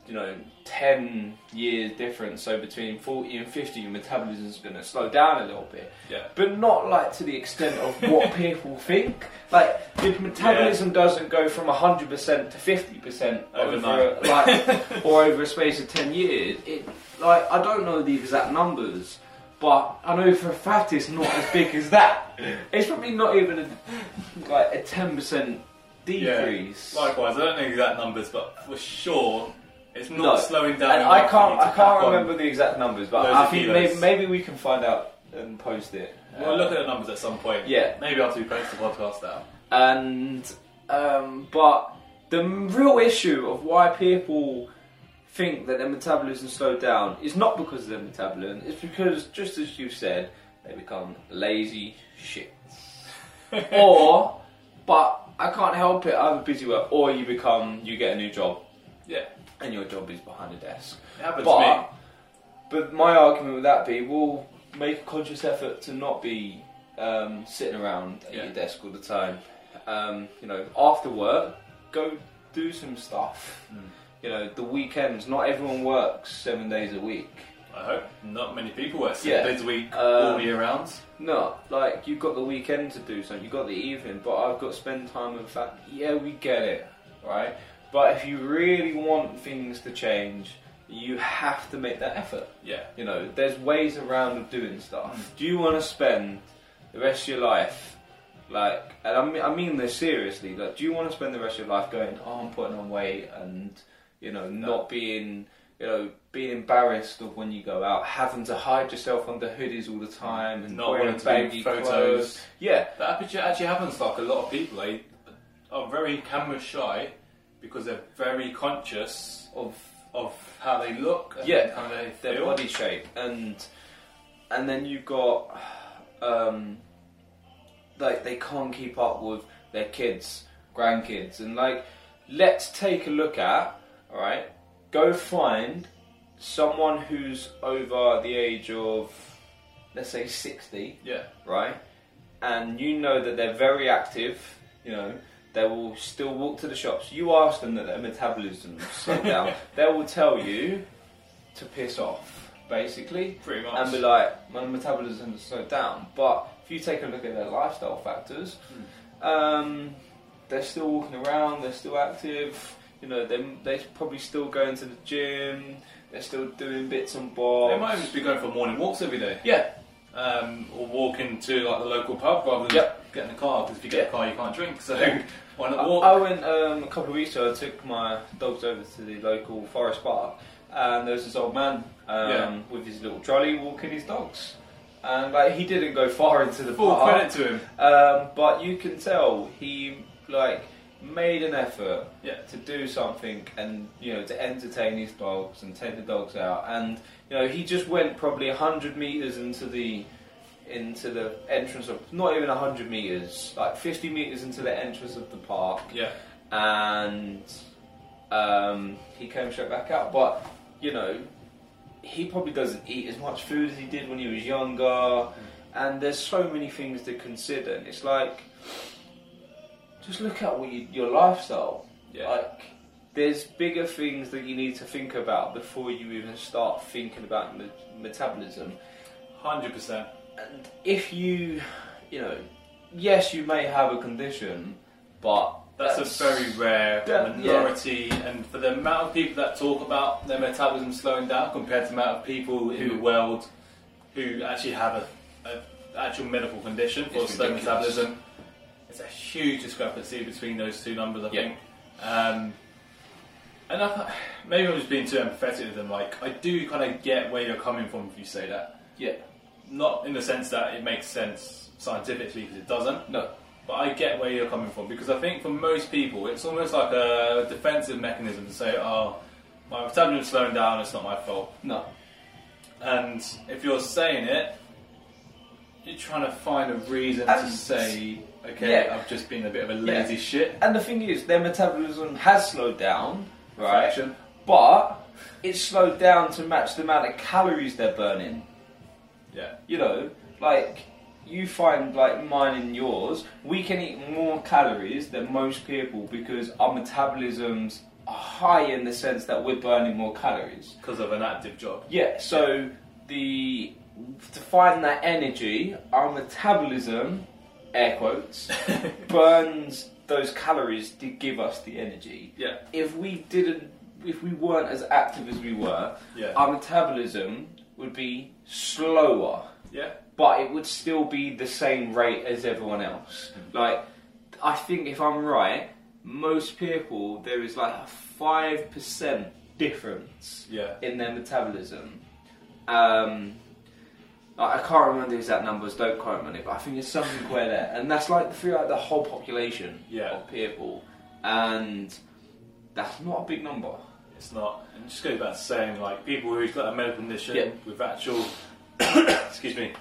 A: you know, ten years difference. So between forty and fifty, your metabolism's going to slow down a little bit,
B: Yeah.
A: but not like to the extent of what people think. Like your metabolism doesn't go from hundred percent to fifty percent over
B: Overnight.
A: a, like or over a space of ten years. It like I don't know the exact numbers. But I know for a fact it's not as big as that. It's probably not even a, like a ten percent decrease.
B: Likewise, I don't know exact numbers, but for sure, it's not
A: No.
B: slowing down.
A: And I
B: enough for
A: can't,
B: me to
A: I
B: crack
A: can't
B: on.
A: remember the exact numbers, but
B: Loads
A: I
B: of
A: think maybe,
B: kilos.
A: maybe we can find out and post it.
B: We'll look at the numbers at some point.
A: Yeah.
B: Maybe after we post the podcast out.
A: and um, but the m- real issue of why people think that their metabolism slowed down is not because of their metabolism. It's because, just as you've said, they become lazy shit. or, but I can't help it. I'm busy work. Or you become, you get a new job,
B: Yeah.
A: and your job is behind a desk.
B: It happens to me.
A: But, but my argument would that be, well, make a conscious effort to not be um, sitting around at
B: Yeah.
A: your desk all the time. Um, you know, after work, go do some stuff.
B: Mm.
A: You know, the weekends. Not everyone works seven days a week.
B: I hope not many people work six
A: Yeah.
B: days a week all
A: Um,
B: year round.
A: No, like you've got the weekend to do something. You've got the evening, but I've got to spend time with that. Yeah, we get it, right? But if you really want things to change, you have to make that effort.
B: Yeah.
A: You know, there's ways around of doing
B: Mm.
A: stuff. Do you want to spend the rest of your life, like, and I mean, I mean this seriously, like, do you want to spend the rest of your life going, oh, I'm putting on weight and, you know,
B: No.
A: not being, you know, being embarrassed of when you go out, having to hide yourself under hoodies all the time and
B: Not
A: wearing
B: wanting to
A: baggy
B: do photos.
A: clothes? Yeah,
B: That actually- actually happens to like a lot of people. They are very camera shy because they're very conscious
A: of
B: of how they look and
A: Yeah.
B: how they
A: their
B: feel.
A: body shape and and then you've got um like they can't keep up with their kids grandkids and like let's take a look at all right go find someone who's over the age of let's say 60
B: Yeah.
A: right? And you know that they're very active, you know, they will still walk to the shops. You ask them that their metabolism slowed down, they will tell you to piss off, basically,
B: Pretty much.
A: and be like, my metabolism has slowed down. But if you take a look at their lifestyle factors,
B: Hmm.
A: um, they're still walking around, they're still active, you know, they they're probably still going to the gym, they're still doing bits and bobs.
B: they might just be going for morning walks every day.
A: yeah,
B: um, or walk into like the local pub rather than
A: Yep.
B: getting a car because if you get
A: Yeah.
B: a car you can't drink so
A: Yeah.
B: why
A: I,
B: not walk
A: I went um, a couple of weeks ago. I took my dogs over to the local forest park, and there was this old man um,
B: Yeah.
A: with his little trolley walking his dogs. And like he didn't go far into the
B: full
A: park,
B: credit to him
A: um, but you can tell he like made an effort
B: yeah
A: to do something and you know to entertain his dogs and take the dogs out and you know he just went probably 100 meters into the into the entrance of not even 100 meters like 50 meters into the entrance of the park
B: yeah
A: and um, he came straight back out but you know he probably doesn't eat as much food as he did when he was younger and there's so many things to consider and it's like just look at what you, your lifestyle
B: yeah
A: like, there's bigger things that you need to think about before you even start thinking about me- metabolism.
B: 100%
A: And if you, you know, yes, you may have a condition, but
B: that's, a very rare
A: that- yeah.
B: minority and for the amount of people that talk about their metabolism slowing down compared to the amount of people in
A: Who-
B: the world who actually have a, a actual medical condition for
A: It's
B: slow
A: ridiculous.
B: metabolism it's a huge discrepancy between those two numbers I
A: Yeah.
B: think um, And I, th- maybe I'm just being too empathetic with them. Like, I do kind of get where you're coming from if you say that.
A: yeah,
B: Not in the sense that it makes sense scientifically, because it doesn't.
A: no,
B: But I get where you're coming from because I think for most people, it's almost like a defensive mechanism to say, "Oh, my metabolism's slowing down. It's not my fault."
A: No.
B: And if you're saying it, you're trying to find a reason to
A: And-
B: say, "Okay,
A: yeah.
B: I've just been a bit of a lazy shit."
A: And the thing is, their metabolism has slowed down, right?
B: Fraction.
A: But it's slowed down to match the amount of calories they're burning.
B: Yeah.
A: You know, like you find like mine and yours, we can eat more calories than most people because our metabolisms are high in the sense that we're burning more calories.
B: Because of an active job.
A: Yeah, so the to find that energy, our metabolism, air quotes, burns those calories to give us the energy.
B: yeah.
A: If we didn't, if we weren't as active as we were,
B: Yeah.
A: our metabolism would be slower,
B: yeah.
A: but it would still be the same rate as everyone else. Like, I think if I'm right, most people there is like a five percent difference
B: Yeah.
A: in their metabolism. Um, I I can't remember the exact numbers. Don't quote me on it, but I think it's something where there, and that's like throughout the whole population
B: Yeah.
A: of people, and that's not a big number.
B: It's not. And just go back to saying, like, people who've got a medical condition
A: Yeah.
B: with actual, excuse me,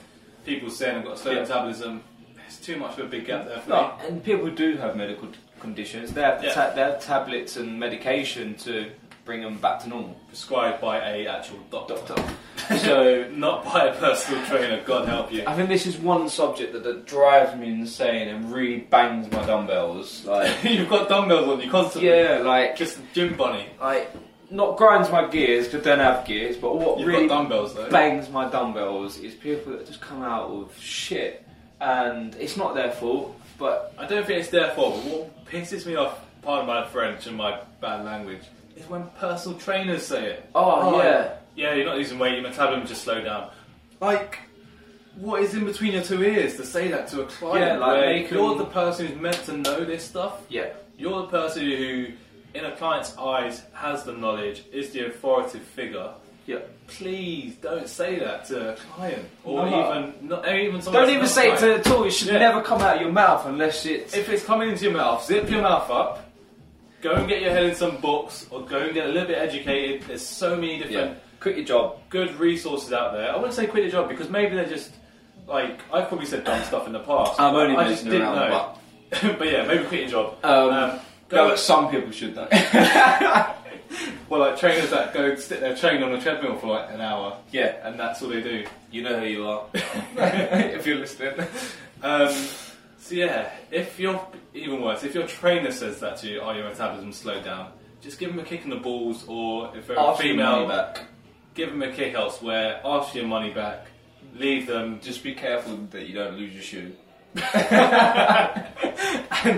B: people saying I've got slow
A: Yeah.
B: metabolism, there's too much of a big gap there for
A: No, and people do have medical t- conditions. They have,
B: Yeah.
A: ta- they have tablets and medication to bring them back to normal.
B: me. Prescribed by a actual doctor.
A: Doctor. so
B: Not by a personal trainer, God help you.
A: I think this is one subject that, that drives me insane and really bangs my dumbbells. Like,
B: You've got dumbbells on you constantly.
A: yeah, like
B: Just a gym bunny.
A: like not grinds my gears because don't have gears, but what
B: You've
A: really
B: got dumbbells though.
A: bangs my dumbbells is people that just come out of shit, and it's not their fault. But
B: I don't think it's their fault, but what pisses me off, pardon my French and my bad language, is when personal trainers say it.
A: oh,
B: Oh,
A: yeah,
B: Yeah, you're not losing weight, your metabolism just slowed down. Like, what is in between your two ears to say that to a client?
A: Yeah, like,
B: where
A: they can-
B: you're the person who's meant to know this stuff.
A: yeah,
B: You're the person who, in a client's eyes, has the knowledge, is the authoritative figure.
A: yeah.
B: Please don't say that to a client, or
A: No.
B: even not or even. someone
A: Don't
B: that's
A: even
B: not
A: say it
B: client.
A: to at all. It should
B: Yeah.
A: never come out of your mouth unless it's
B: If it's coming into your mouth, zip your mouth up. Go and get your head in some books, or go and get a little bit educated. There's so many different
A: Quit your job.
B: good resources out there. I wouldn't say quit your job because maybe they're just like I've probably said dumb stuff in the past.
A: I'm only
B: I just
A: messing
B: didn't
A: around,
B: know. But, yeah, maybe quit your job.
A: but um, no,
B: go,
A: but some people should though.
B: well, like trainers that go sit there train on a treadmill for like an hour,
A: yeah,
B: and that's all they do.
A: you know who you are if you're listening.
B: Um, so yeah, if you're even worse, if your trainer says that to you, oh your metabolism slowed down, just give them a kick in the balls, or if they're a
A: Ask your money
B: female,
A: back.
B: give them a kick elsewhere. Ask for your money back. Leave them.
A: Just be careful that you don't lose your shoe.
B: and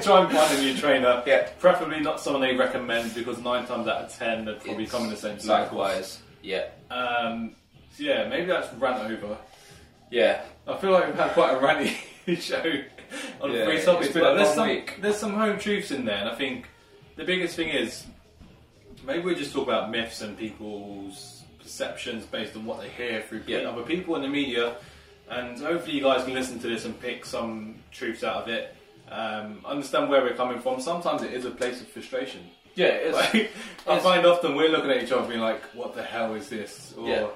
B: try and find a new trainer.
A: Yeah.
B: Preferably not someone they recommend because nine times out of ten they'd probably come in the same circle.
A: Likewise. Yeah.
B: Um, so yeah, maybe that's rant over.
A: Yeah.
B: I feel like we've had quite a ranty show on
A: Yeah,
B: free
A: it's
B: topics,
A: been
B: but
A: a
B: there's
A: long
B: some
A: week.
B: there's some home truths in there, and I think the biggest thing is maybe we just talk about myths and people's perceptions based on what they hear through
A: Yeah.
B: other people in the media, and hopefully you guys can listen to this and pick some truths out of it. Um, understand where we're coming from. Sometimes it is a place of frustration.
A: Yeah, it's,
B: Like, I
A: Yes.
B: find often we're looking at each other being like, what the hell is this? Or,
A: Yeah.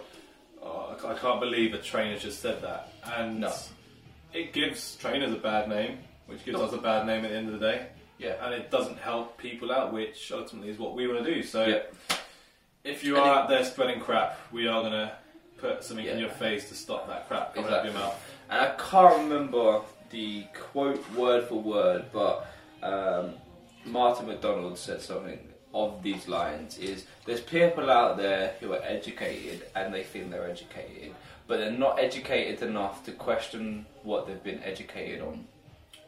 B: "Oh, I ca- I can't believe a trainer just said that. And
A: No.
B: it gives trainers a bad name, which gives us a bad name at the end of the day.
A: yeah.
B: And it doesn't help people out, which ultimately is what we want to do. So
A: Yeah.
B: if you
A: And
B: are
A: it-
B: out there spreading crap, we are going to put something in
A: Yeah.
B: your face to stop that crap coming out of your
A: Exactly.
B: mouth.
A: And I can't remember the quote word for word, but um, Martin McDonald said something of these lines is there's people out there who are educated and they think they're educated, but they're not educated enough to question what they've been educated on.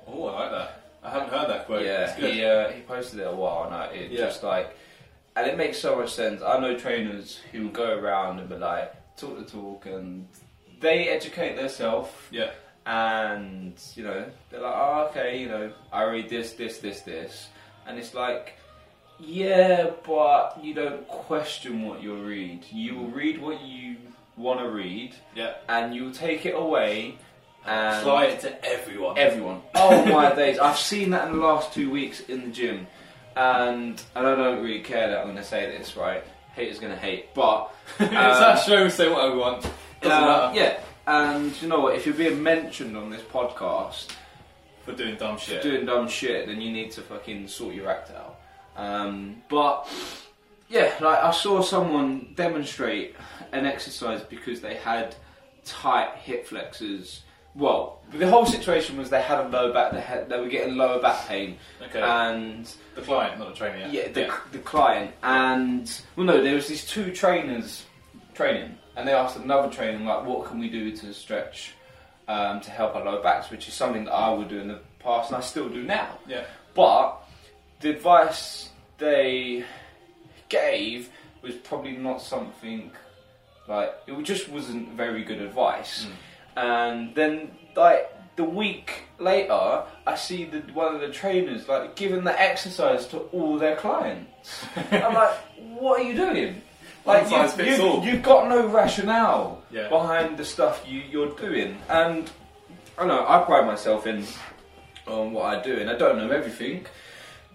B: Oh, I like that. I haven't heard that quote.
A: yeah,
B: It's good.
A: he uh, he posted it a while now. It
B: Yeah.
A: just like, and it makes so much sense. I know trainers who go around and be like, talk the talk, and they educate themselves,
B: yeah.
A: and you know they're like, oh, okay, you know, I read this, this, this, this, and it's like. Yeah, but you don't question what you read. You will read what you want to read,
B: Yeah.
A: and you'll take it away, and
B: Apply it to everyone.
A: everyone. Oh my days! I've seen that in the last two weeks in the gym, and and I don't really care that I'm going to say this, right? Haters going to hate, but
B: it's our show. Say what I want. Doesn't
A: uh,
B: matter
A: yeah. And you know what? If you're being mentioned on this podcast,
B: for doing dumb
A: if
B: shit.
A: you're doing dumb shit, then you need to fucking sort your act out. Um, but yeah, like I saw someone demonstrate an exercise because they had tight hip flexors. Well, the whole situation was they had a low back. They, had, they were getting lower back pain,
B: okay,
A: and
B: the client, not the trainer.
A: uh, yeah, the, the client, and well, no, there was these two trainers training, and they asked another trainer like, "What can we do to stretch um, to help our lower backs?" Which is something that I would do in the past, and I still do now.
B: yeah.
A: But the advice they gave was probably not something like it just wasn't very good advice. And then like the week later, I see the one of the trainers like giving the exercise to all their clients. I'm like, what are you doing?
B: One
A: Like
B: size
A: you've,
B: fits
A: you've-
B: all.
A: you've got no rationale
B: Yeah.
A: behind the stuff you, you're doing, and I don't know I pride myself in on what I do, and I don't know everything,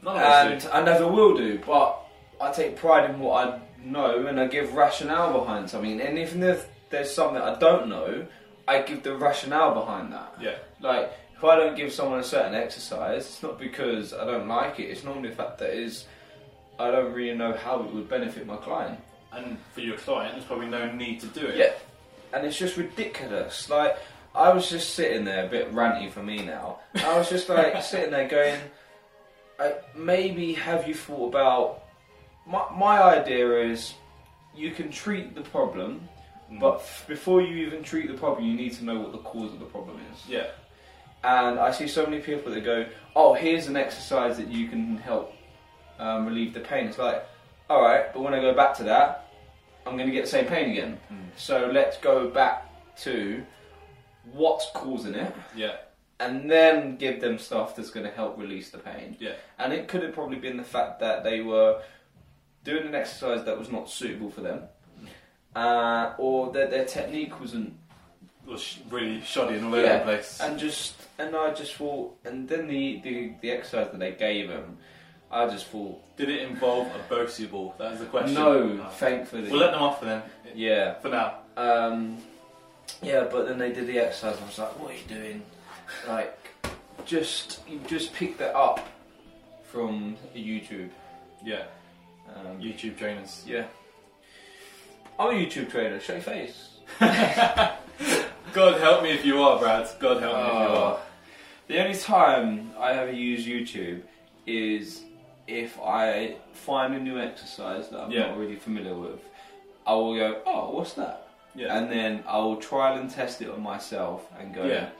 B: None of us
A: and I never will do, but I take pride in what I know and I give rationale behind something. And even if there's something I don't know, I give the rationale behind that.
B: do. Yeah,
A: Like, if I don't give someone a certain exercise, it's not because I don't like it, it's normally the fact that is I don't really know how it would benefit my client.
B: and for your client, there's probably no need to do it.
A: Yeah. And it's just ridiculous. Like, I was just sitting there, a bit ranty for me now. I was just like sitting there going, like, maybe have you thought about. My, my idea is you can treat the problem,
B: Mm.
A: but f- before you even treat the problem, you need to know what the cause of the problem is.
B: yeah,
A: And I see so many people that go, oh, here's an exercise that you can help um, relieve the pain. It's like, alright, but when I go back to that, I'm going to get the same pain again.
B: Mm.
A: So let's go back to what's causing it
B: yeah,
A: and then give them stuff that's going to help release the pain.
B: yeah.
A: And it could have probably been the fact that they were doing an exercise that was not suitable for them uh, or that their technique wasn't
B: Well, sh- really shoddy and all over
A: Yeah.
B: the place.
A: and just and I just thought, and then the the, the exercise that they gave him, I just thought,
B: Did it involve a Bosie ball? That is the question.
A: no,
B: Oh.
A: thankfully,
B: We'll let them off for then.
A: yeah,
B: For now.
A: um, yeah. But then they did the exercise, and I was like, what are you doing? Like, just you just picked that up from YouTube.
B: Yeah.
A: Um,
B: YouTube trainers.
A: yeah, I'm a YouTube trainer. Show your face.
B: God help me if you are, Brad. God help me if you
A: Oh.
B: are.
A: The only time I ever use YouTube is if I find a new exercise that I'm
B: Yeah.
A: not really familiar with. I will go, oh, what's that?
B: Yeah.
A: And then I will trial and test it on myself and go,
B: Yeah.
A: do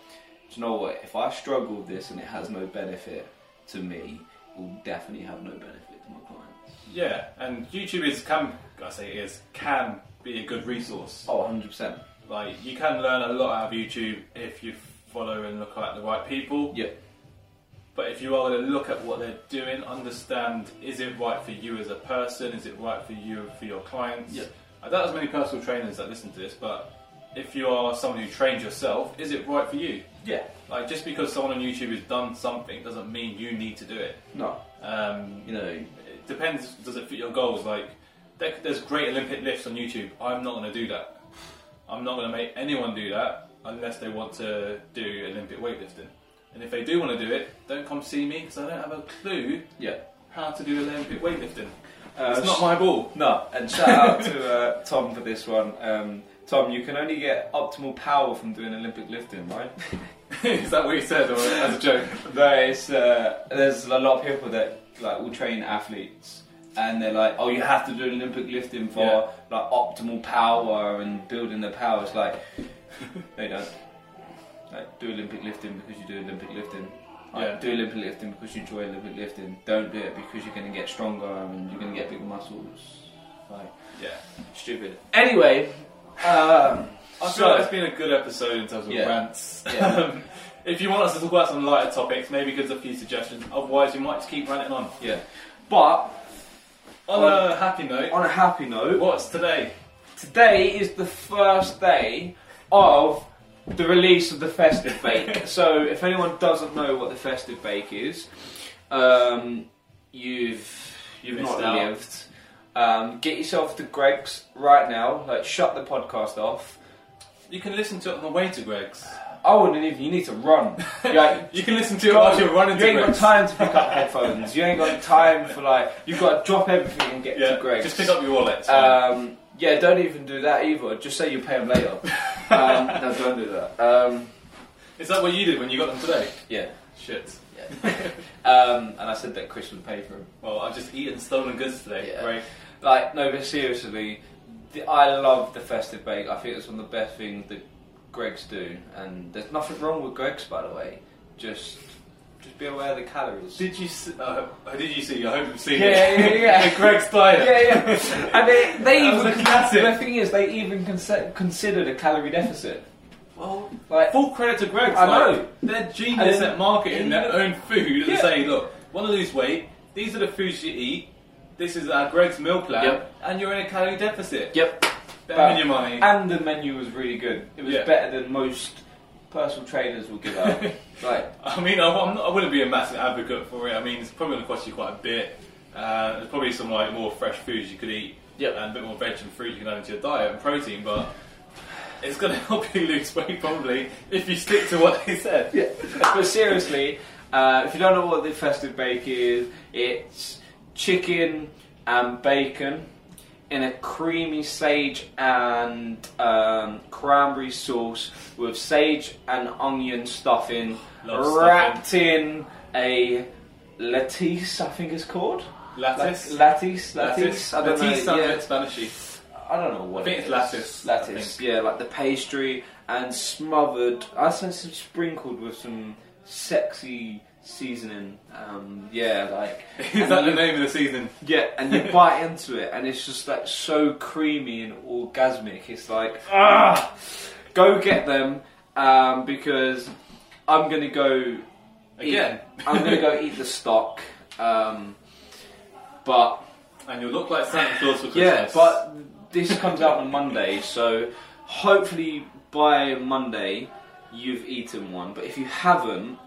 A: you know what? If I struggle with this and it has no benefit to me, it will definitely have no benefit to my clients.
B: yeah. And YouTube is can I say it is can be a good resource.
A: Oh, 100%.
B: Like you can learn a lot out of YouTube if you follow and look at the right people.
A: Yeah.
B: But if you are going to look at what they're doing, understand is it right for you as a person? Is it right for you for your clients?
A: Yeah.
B: I doubt there's many personal trainers that listen to this, but if you are someone who trains yourself, is it right for you?
A: Yeah.
B: Like just because someone on YouTube has done something doesn't mean you need to do it.
A: No,
B: Um,
A: you know,
B: it depends. Does it fit your goals? Like, there- there's great Olympic lifts on YouTube. I'm not going to do that. I'm not going to make anyone do that unless they want to do Olympic weightlifting. And if they do want to do it, don't come see me because I don't have a clue
A: yeah.
B: how to do Olympic weightlifting.
A: Uh,
B: It's not my ball.
A: No, and shout out to uh, Tom for this one. Um, Tom, you can only get optimal power from doing Olympic lifting, right?
B: Is that what you said, or as a joke?
A: no, it's, uh, there's a lot of people that like will train athletes, and they're like, "Oh, you have to do Olympic lifting for
B: Yeah.
A: like optimal power and building the power." It's like they don't. Like, do Olympic lifting because you do Olympic lifting. Like,
B: Yeah.
A: Do Olympic lifting because you enjoy Olympic lifting. Don't do it because you're going to get stronger and you're going to get bigger muscles. Like,
B: Yeah.
A: Stupid. Anyway, um,
B: I feel like
A: so
B: it's been a good episode in terms of
A: Yeah.
B: rants.
A: Yeah.
B: Um, if you want us to talk about some lighter topics, maybe give us a few suggestions. Otherwise, we might just keep ranting on.
A: yeah, but
B: On
A: Well-
B: a happy note,
A: on a happy note,
B: what's today?
A: today is the first day of the release of the festive bake. so, if anyone doesn't know what the festive bake is, um, you've you've
B: Missed
A: not
B: out.
A: lived. Um, get yourself to Greg's right now. Like, shut the podcast off.
B: You can listen to it on the way to Greg's.
A: I wouldn't even. You need to run. You're like,
B: You can listen to it while you're running
A: you
B: to
A: ain't got
B: Greg's.
A: time to pick up headphones. You ain't got time for like. You've got to drop everything and get
B: Yeah,
A: to Greg's.
B: just pick up your wallet. it's fine.
A: Um, yeah, don't even do that either. Just say you pay them later. um, no, don't do that. Um,
B: Is that what you did when you got them today?
A: yeah.
B: Shit.
A: Um, and I said that Chris would pay for them.
B: Well, I've just eaten stolen goods today.
A: Yeah.
B: Right.
A: Like, no, but seriously, the, I love the festive bake. I think it's one of the best things that Greg's do. And there's nothing wrong with Greg's, by the way. Just, just be aware of the calories.
B: Did you see, uh, did you see? I hope you've seen
A: Yeah,
B: it.
A: yeah, yeah.
B: The Greg's diet.
A: yeah, yeah. And they, they
B: That was
A: even
B: a classic.
A: the thing is, they even conse- considered a calorie deficit.
B: Well,
A: Like,
B: full credit to Greg's.
A: I
B: like,
A: know.
B: They're genius
A: And-
B: at marketing their own food and
A: Yeah.
B: saying, look, want to lose weight? These are the foods you eat. This is our Greg's meal plan,
A: Yep.
B: and you're in a calorie deficit.
A: yep.
B: Better
A: But-
B: than your money.
A: And the menu was really good. It was
B: Yeah.
A: better than most personal trainers will give out. like,
B: I mean, I, I'm not, I wouldn't be a massive advocate for it. I mean, it's probably going to cost you quite a bit. Uh, there's probably some like more fresh foods you could eat,
A: Yep.
B: and a bit more veg and fruit you can add into your diet and protein, but. It's going to help you lose weight probably if you stick to what they said.
A: but seriously, uh, if you don't know what the festive bake is, it's chicken and bacon in a creamy sage and um, cranberry sauce with sage and onion stuffing,
B: Love stuffing.
A: wrapped in a lattice, I think it's called.
B: Lattice.
A: Like, lattice, lattice. I don't
B: Lattice
A: know.
B: sounds a
A: yeah.
B: bit Spanishy.
A: I don't know what
B: I think
A: it
B: it's
A: is.
B: lattice, I
A: Lattice, yeah, like the pastry and smothered. I said some sprinkled with some sexy seasoning. Um, yeah, like
B: Is
A: and
B: that the
A: you-
B: name of the season?
A: Yeah, and you bite into it, and it's just like so creamy and orgasmic. It's like, ah, go get them um, because I'm gonna go
B: Again.
A: Eat, I'm gonna go eat the stock, um, but
B: And you'll look like Santa Claus for Christmas.
A: yeah, but this comes out on Monday, so hopefully by Monday you've eaten one. But if you haven't,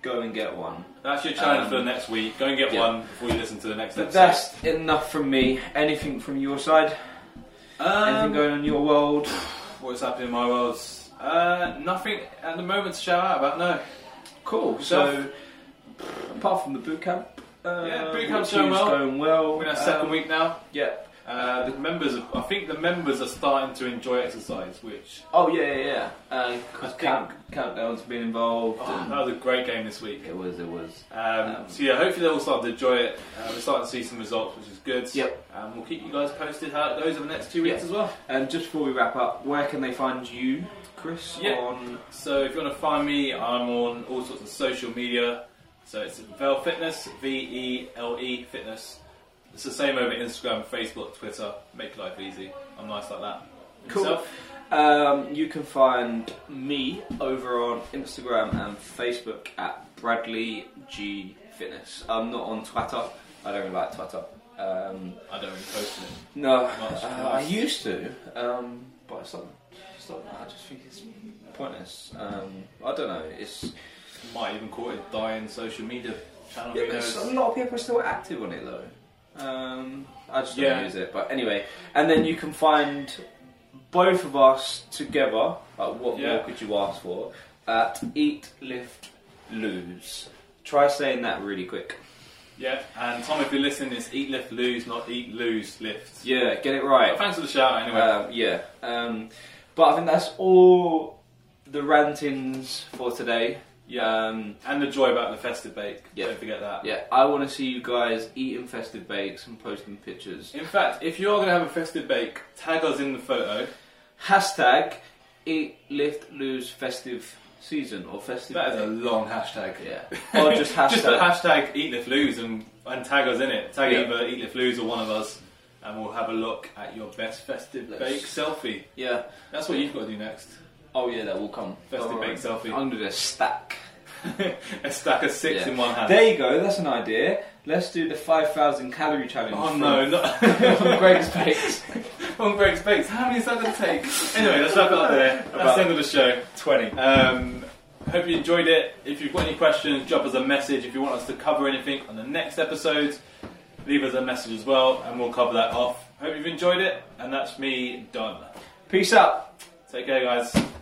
A: go and get one.
B: That's your challenge
A: Um,
B: for the next week. Go and get
A: yeah.
B: one before you listen to the next
A: But
B: episode.
A: that's enough from me. Anything from your side? Anything
B: um,
A: going on in your world?
B: what's happening in my world? Uh, nothing at the moment to shout out about, no.
A: Cool. So, apart from the boot camp, uh,
B: Yeah, boot camp's
A: which
B: going
A: is
B: well.
A: going well.
B: We're in our
A: Um,
B: second week now.
A: Yeah.
B: Uh, the members, I think the members are starting to enjoy exercise, which
A: Oh yeah, yeah, yeah.
B: I
A: Because
B: think-
A: camp, countdown's been involved.
B: oh,
A: and-
B: that was a great game this week.
A: It was. It was.
B: Um,
A: Um,
B: so yeah, hopefully they'll start to enjoy it. Uh, we're starting to see some results, which is good.
A: Yep.
B: Um, we'll keep you guys posted how it goes over the next two weeks
A: Yeah.
B: as well.
A: And Um, just before we wrap up, where can they find you, Chris?
B: Yeah.
A: On
B: So if you want to find me, I'm on all sorts of social media. So it's Vel Fitness, V E L E Fitness. It's the same over Instagram, Facebook, Twitter. Make life easy. I'm nice like that.
A: Cool.
B: Yourself?
A: Um, you can find me over on Instagram and Facebook at Bradley G Fitness. I'm not on Twitter. I don't really like Twitter. Um,
B: I don't really post it.
A: no,
B: Much,
A: uh, I
B: much.
A: used to, um, but it's not. It's not. I just think it's pointless. Um, I don't know. It's
B: Might even call it a dying social media channel.
A: Yeah,
B: who
A: but s-
B: knows?
A: a lot of people are still active on it though. Um, I just don't
B: Yeah.
A: use it, but anyway. And then you can find both of us together. Like, what
B: Yeah.
A: more could you ask for? At Eat, Lift, Lose. Try saying that really quick.
B: Yeah. And Tom, if you're listening, it's eat, lift, lose, not eat, lose, lift.
A: Yeah, get it
B: But
A: right.
B: thanks for the shout out anyway.
A: Um, yeah. Um, but I think that's all the rantings for today.
B: yeah.
A: Um,
B: and the joy about the festive bake.
A: Yeah.
B: Don't forget that.
A: yeah, I want to see you guys eating festive bakes and posting pictures.
B: In fact, if you are going to have a festive bake, tag us in the photo.
A: Hashtag eat, lift, lose festive season or festive.
B: That is a
A: day.
B: long hashtag.
A: yeah. Or just hashtag.
B: Just put hashtag eat lift lose and, and tag us in it. Tag
A: Yeah.
B: either eat lift lose or one of us, and we'll have a look at your best festive
A: Let's-
B: bake selfie.
A: yeah.
B: That's what you've got to do next.
A: Oh yeah, that will come.
B: Festive
A: Don't
B: bake
A: worry.
B: selfie.
A: I'm gonna do a stack.
B: a stack of six
A: Yeah.
B: in one hand.
A: There you go. That's an idea. Let's do the 5,000 calorie challenge.
B: oh
A: from-
B: no, not
A: from Greg's bakes.
B: on Greg's face. How many is that going to take? Anyway, let's wrap it up there. That's
A: About-
B: the end of the show.
A: 20.
B: Um, hope you enjoyed it. If you've got any questions, drop us a message. If you want us to cover anything on the next episode, leave us a message as well, and we'll cover that off. Hope you've enjoyed it, and that's me done.
A: Peace out.
B: Take care, guys.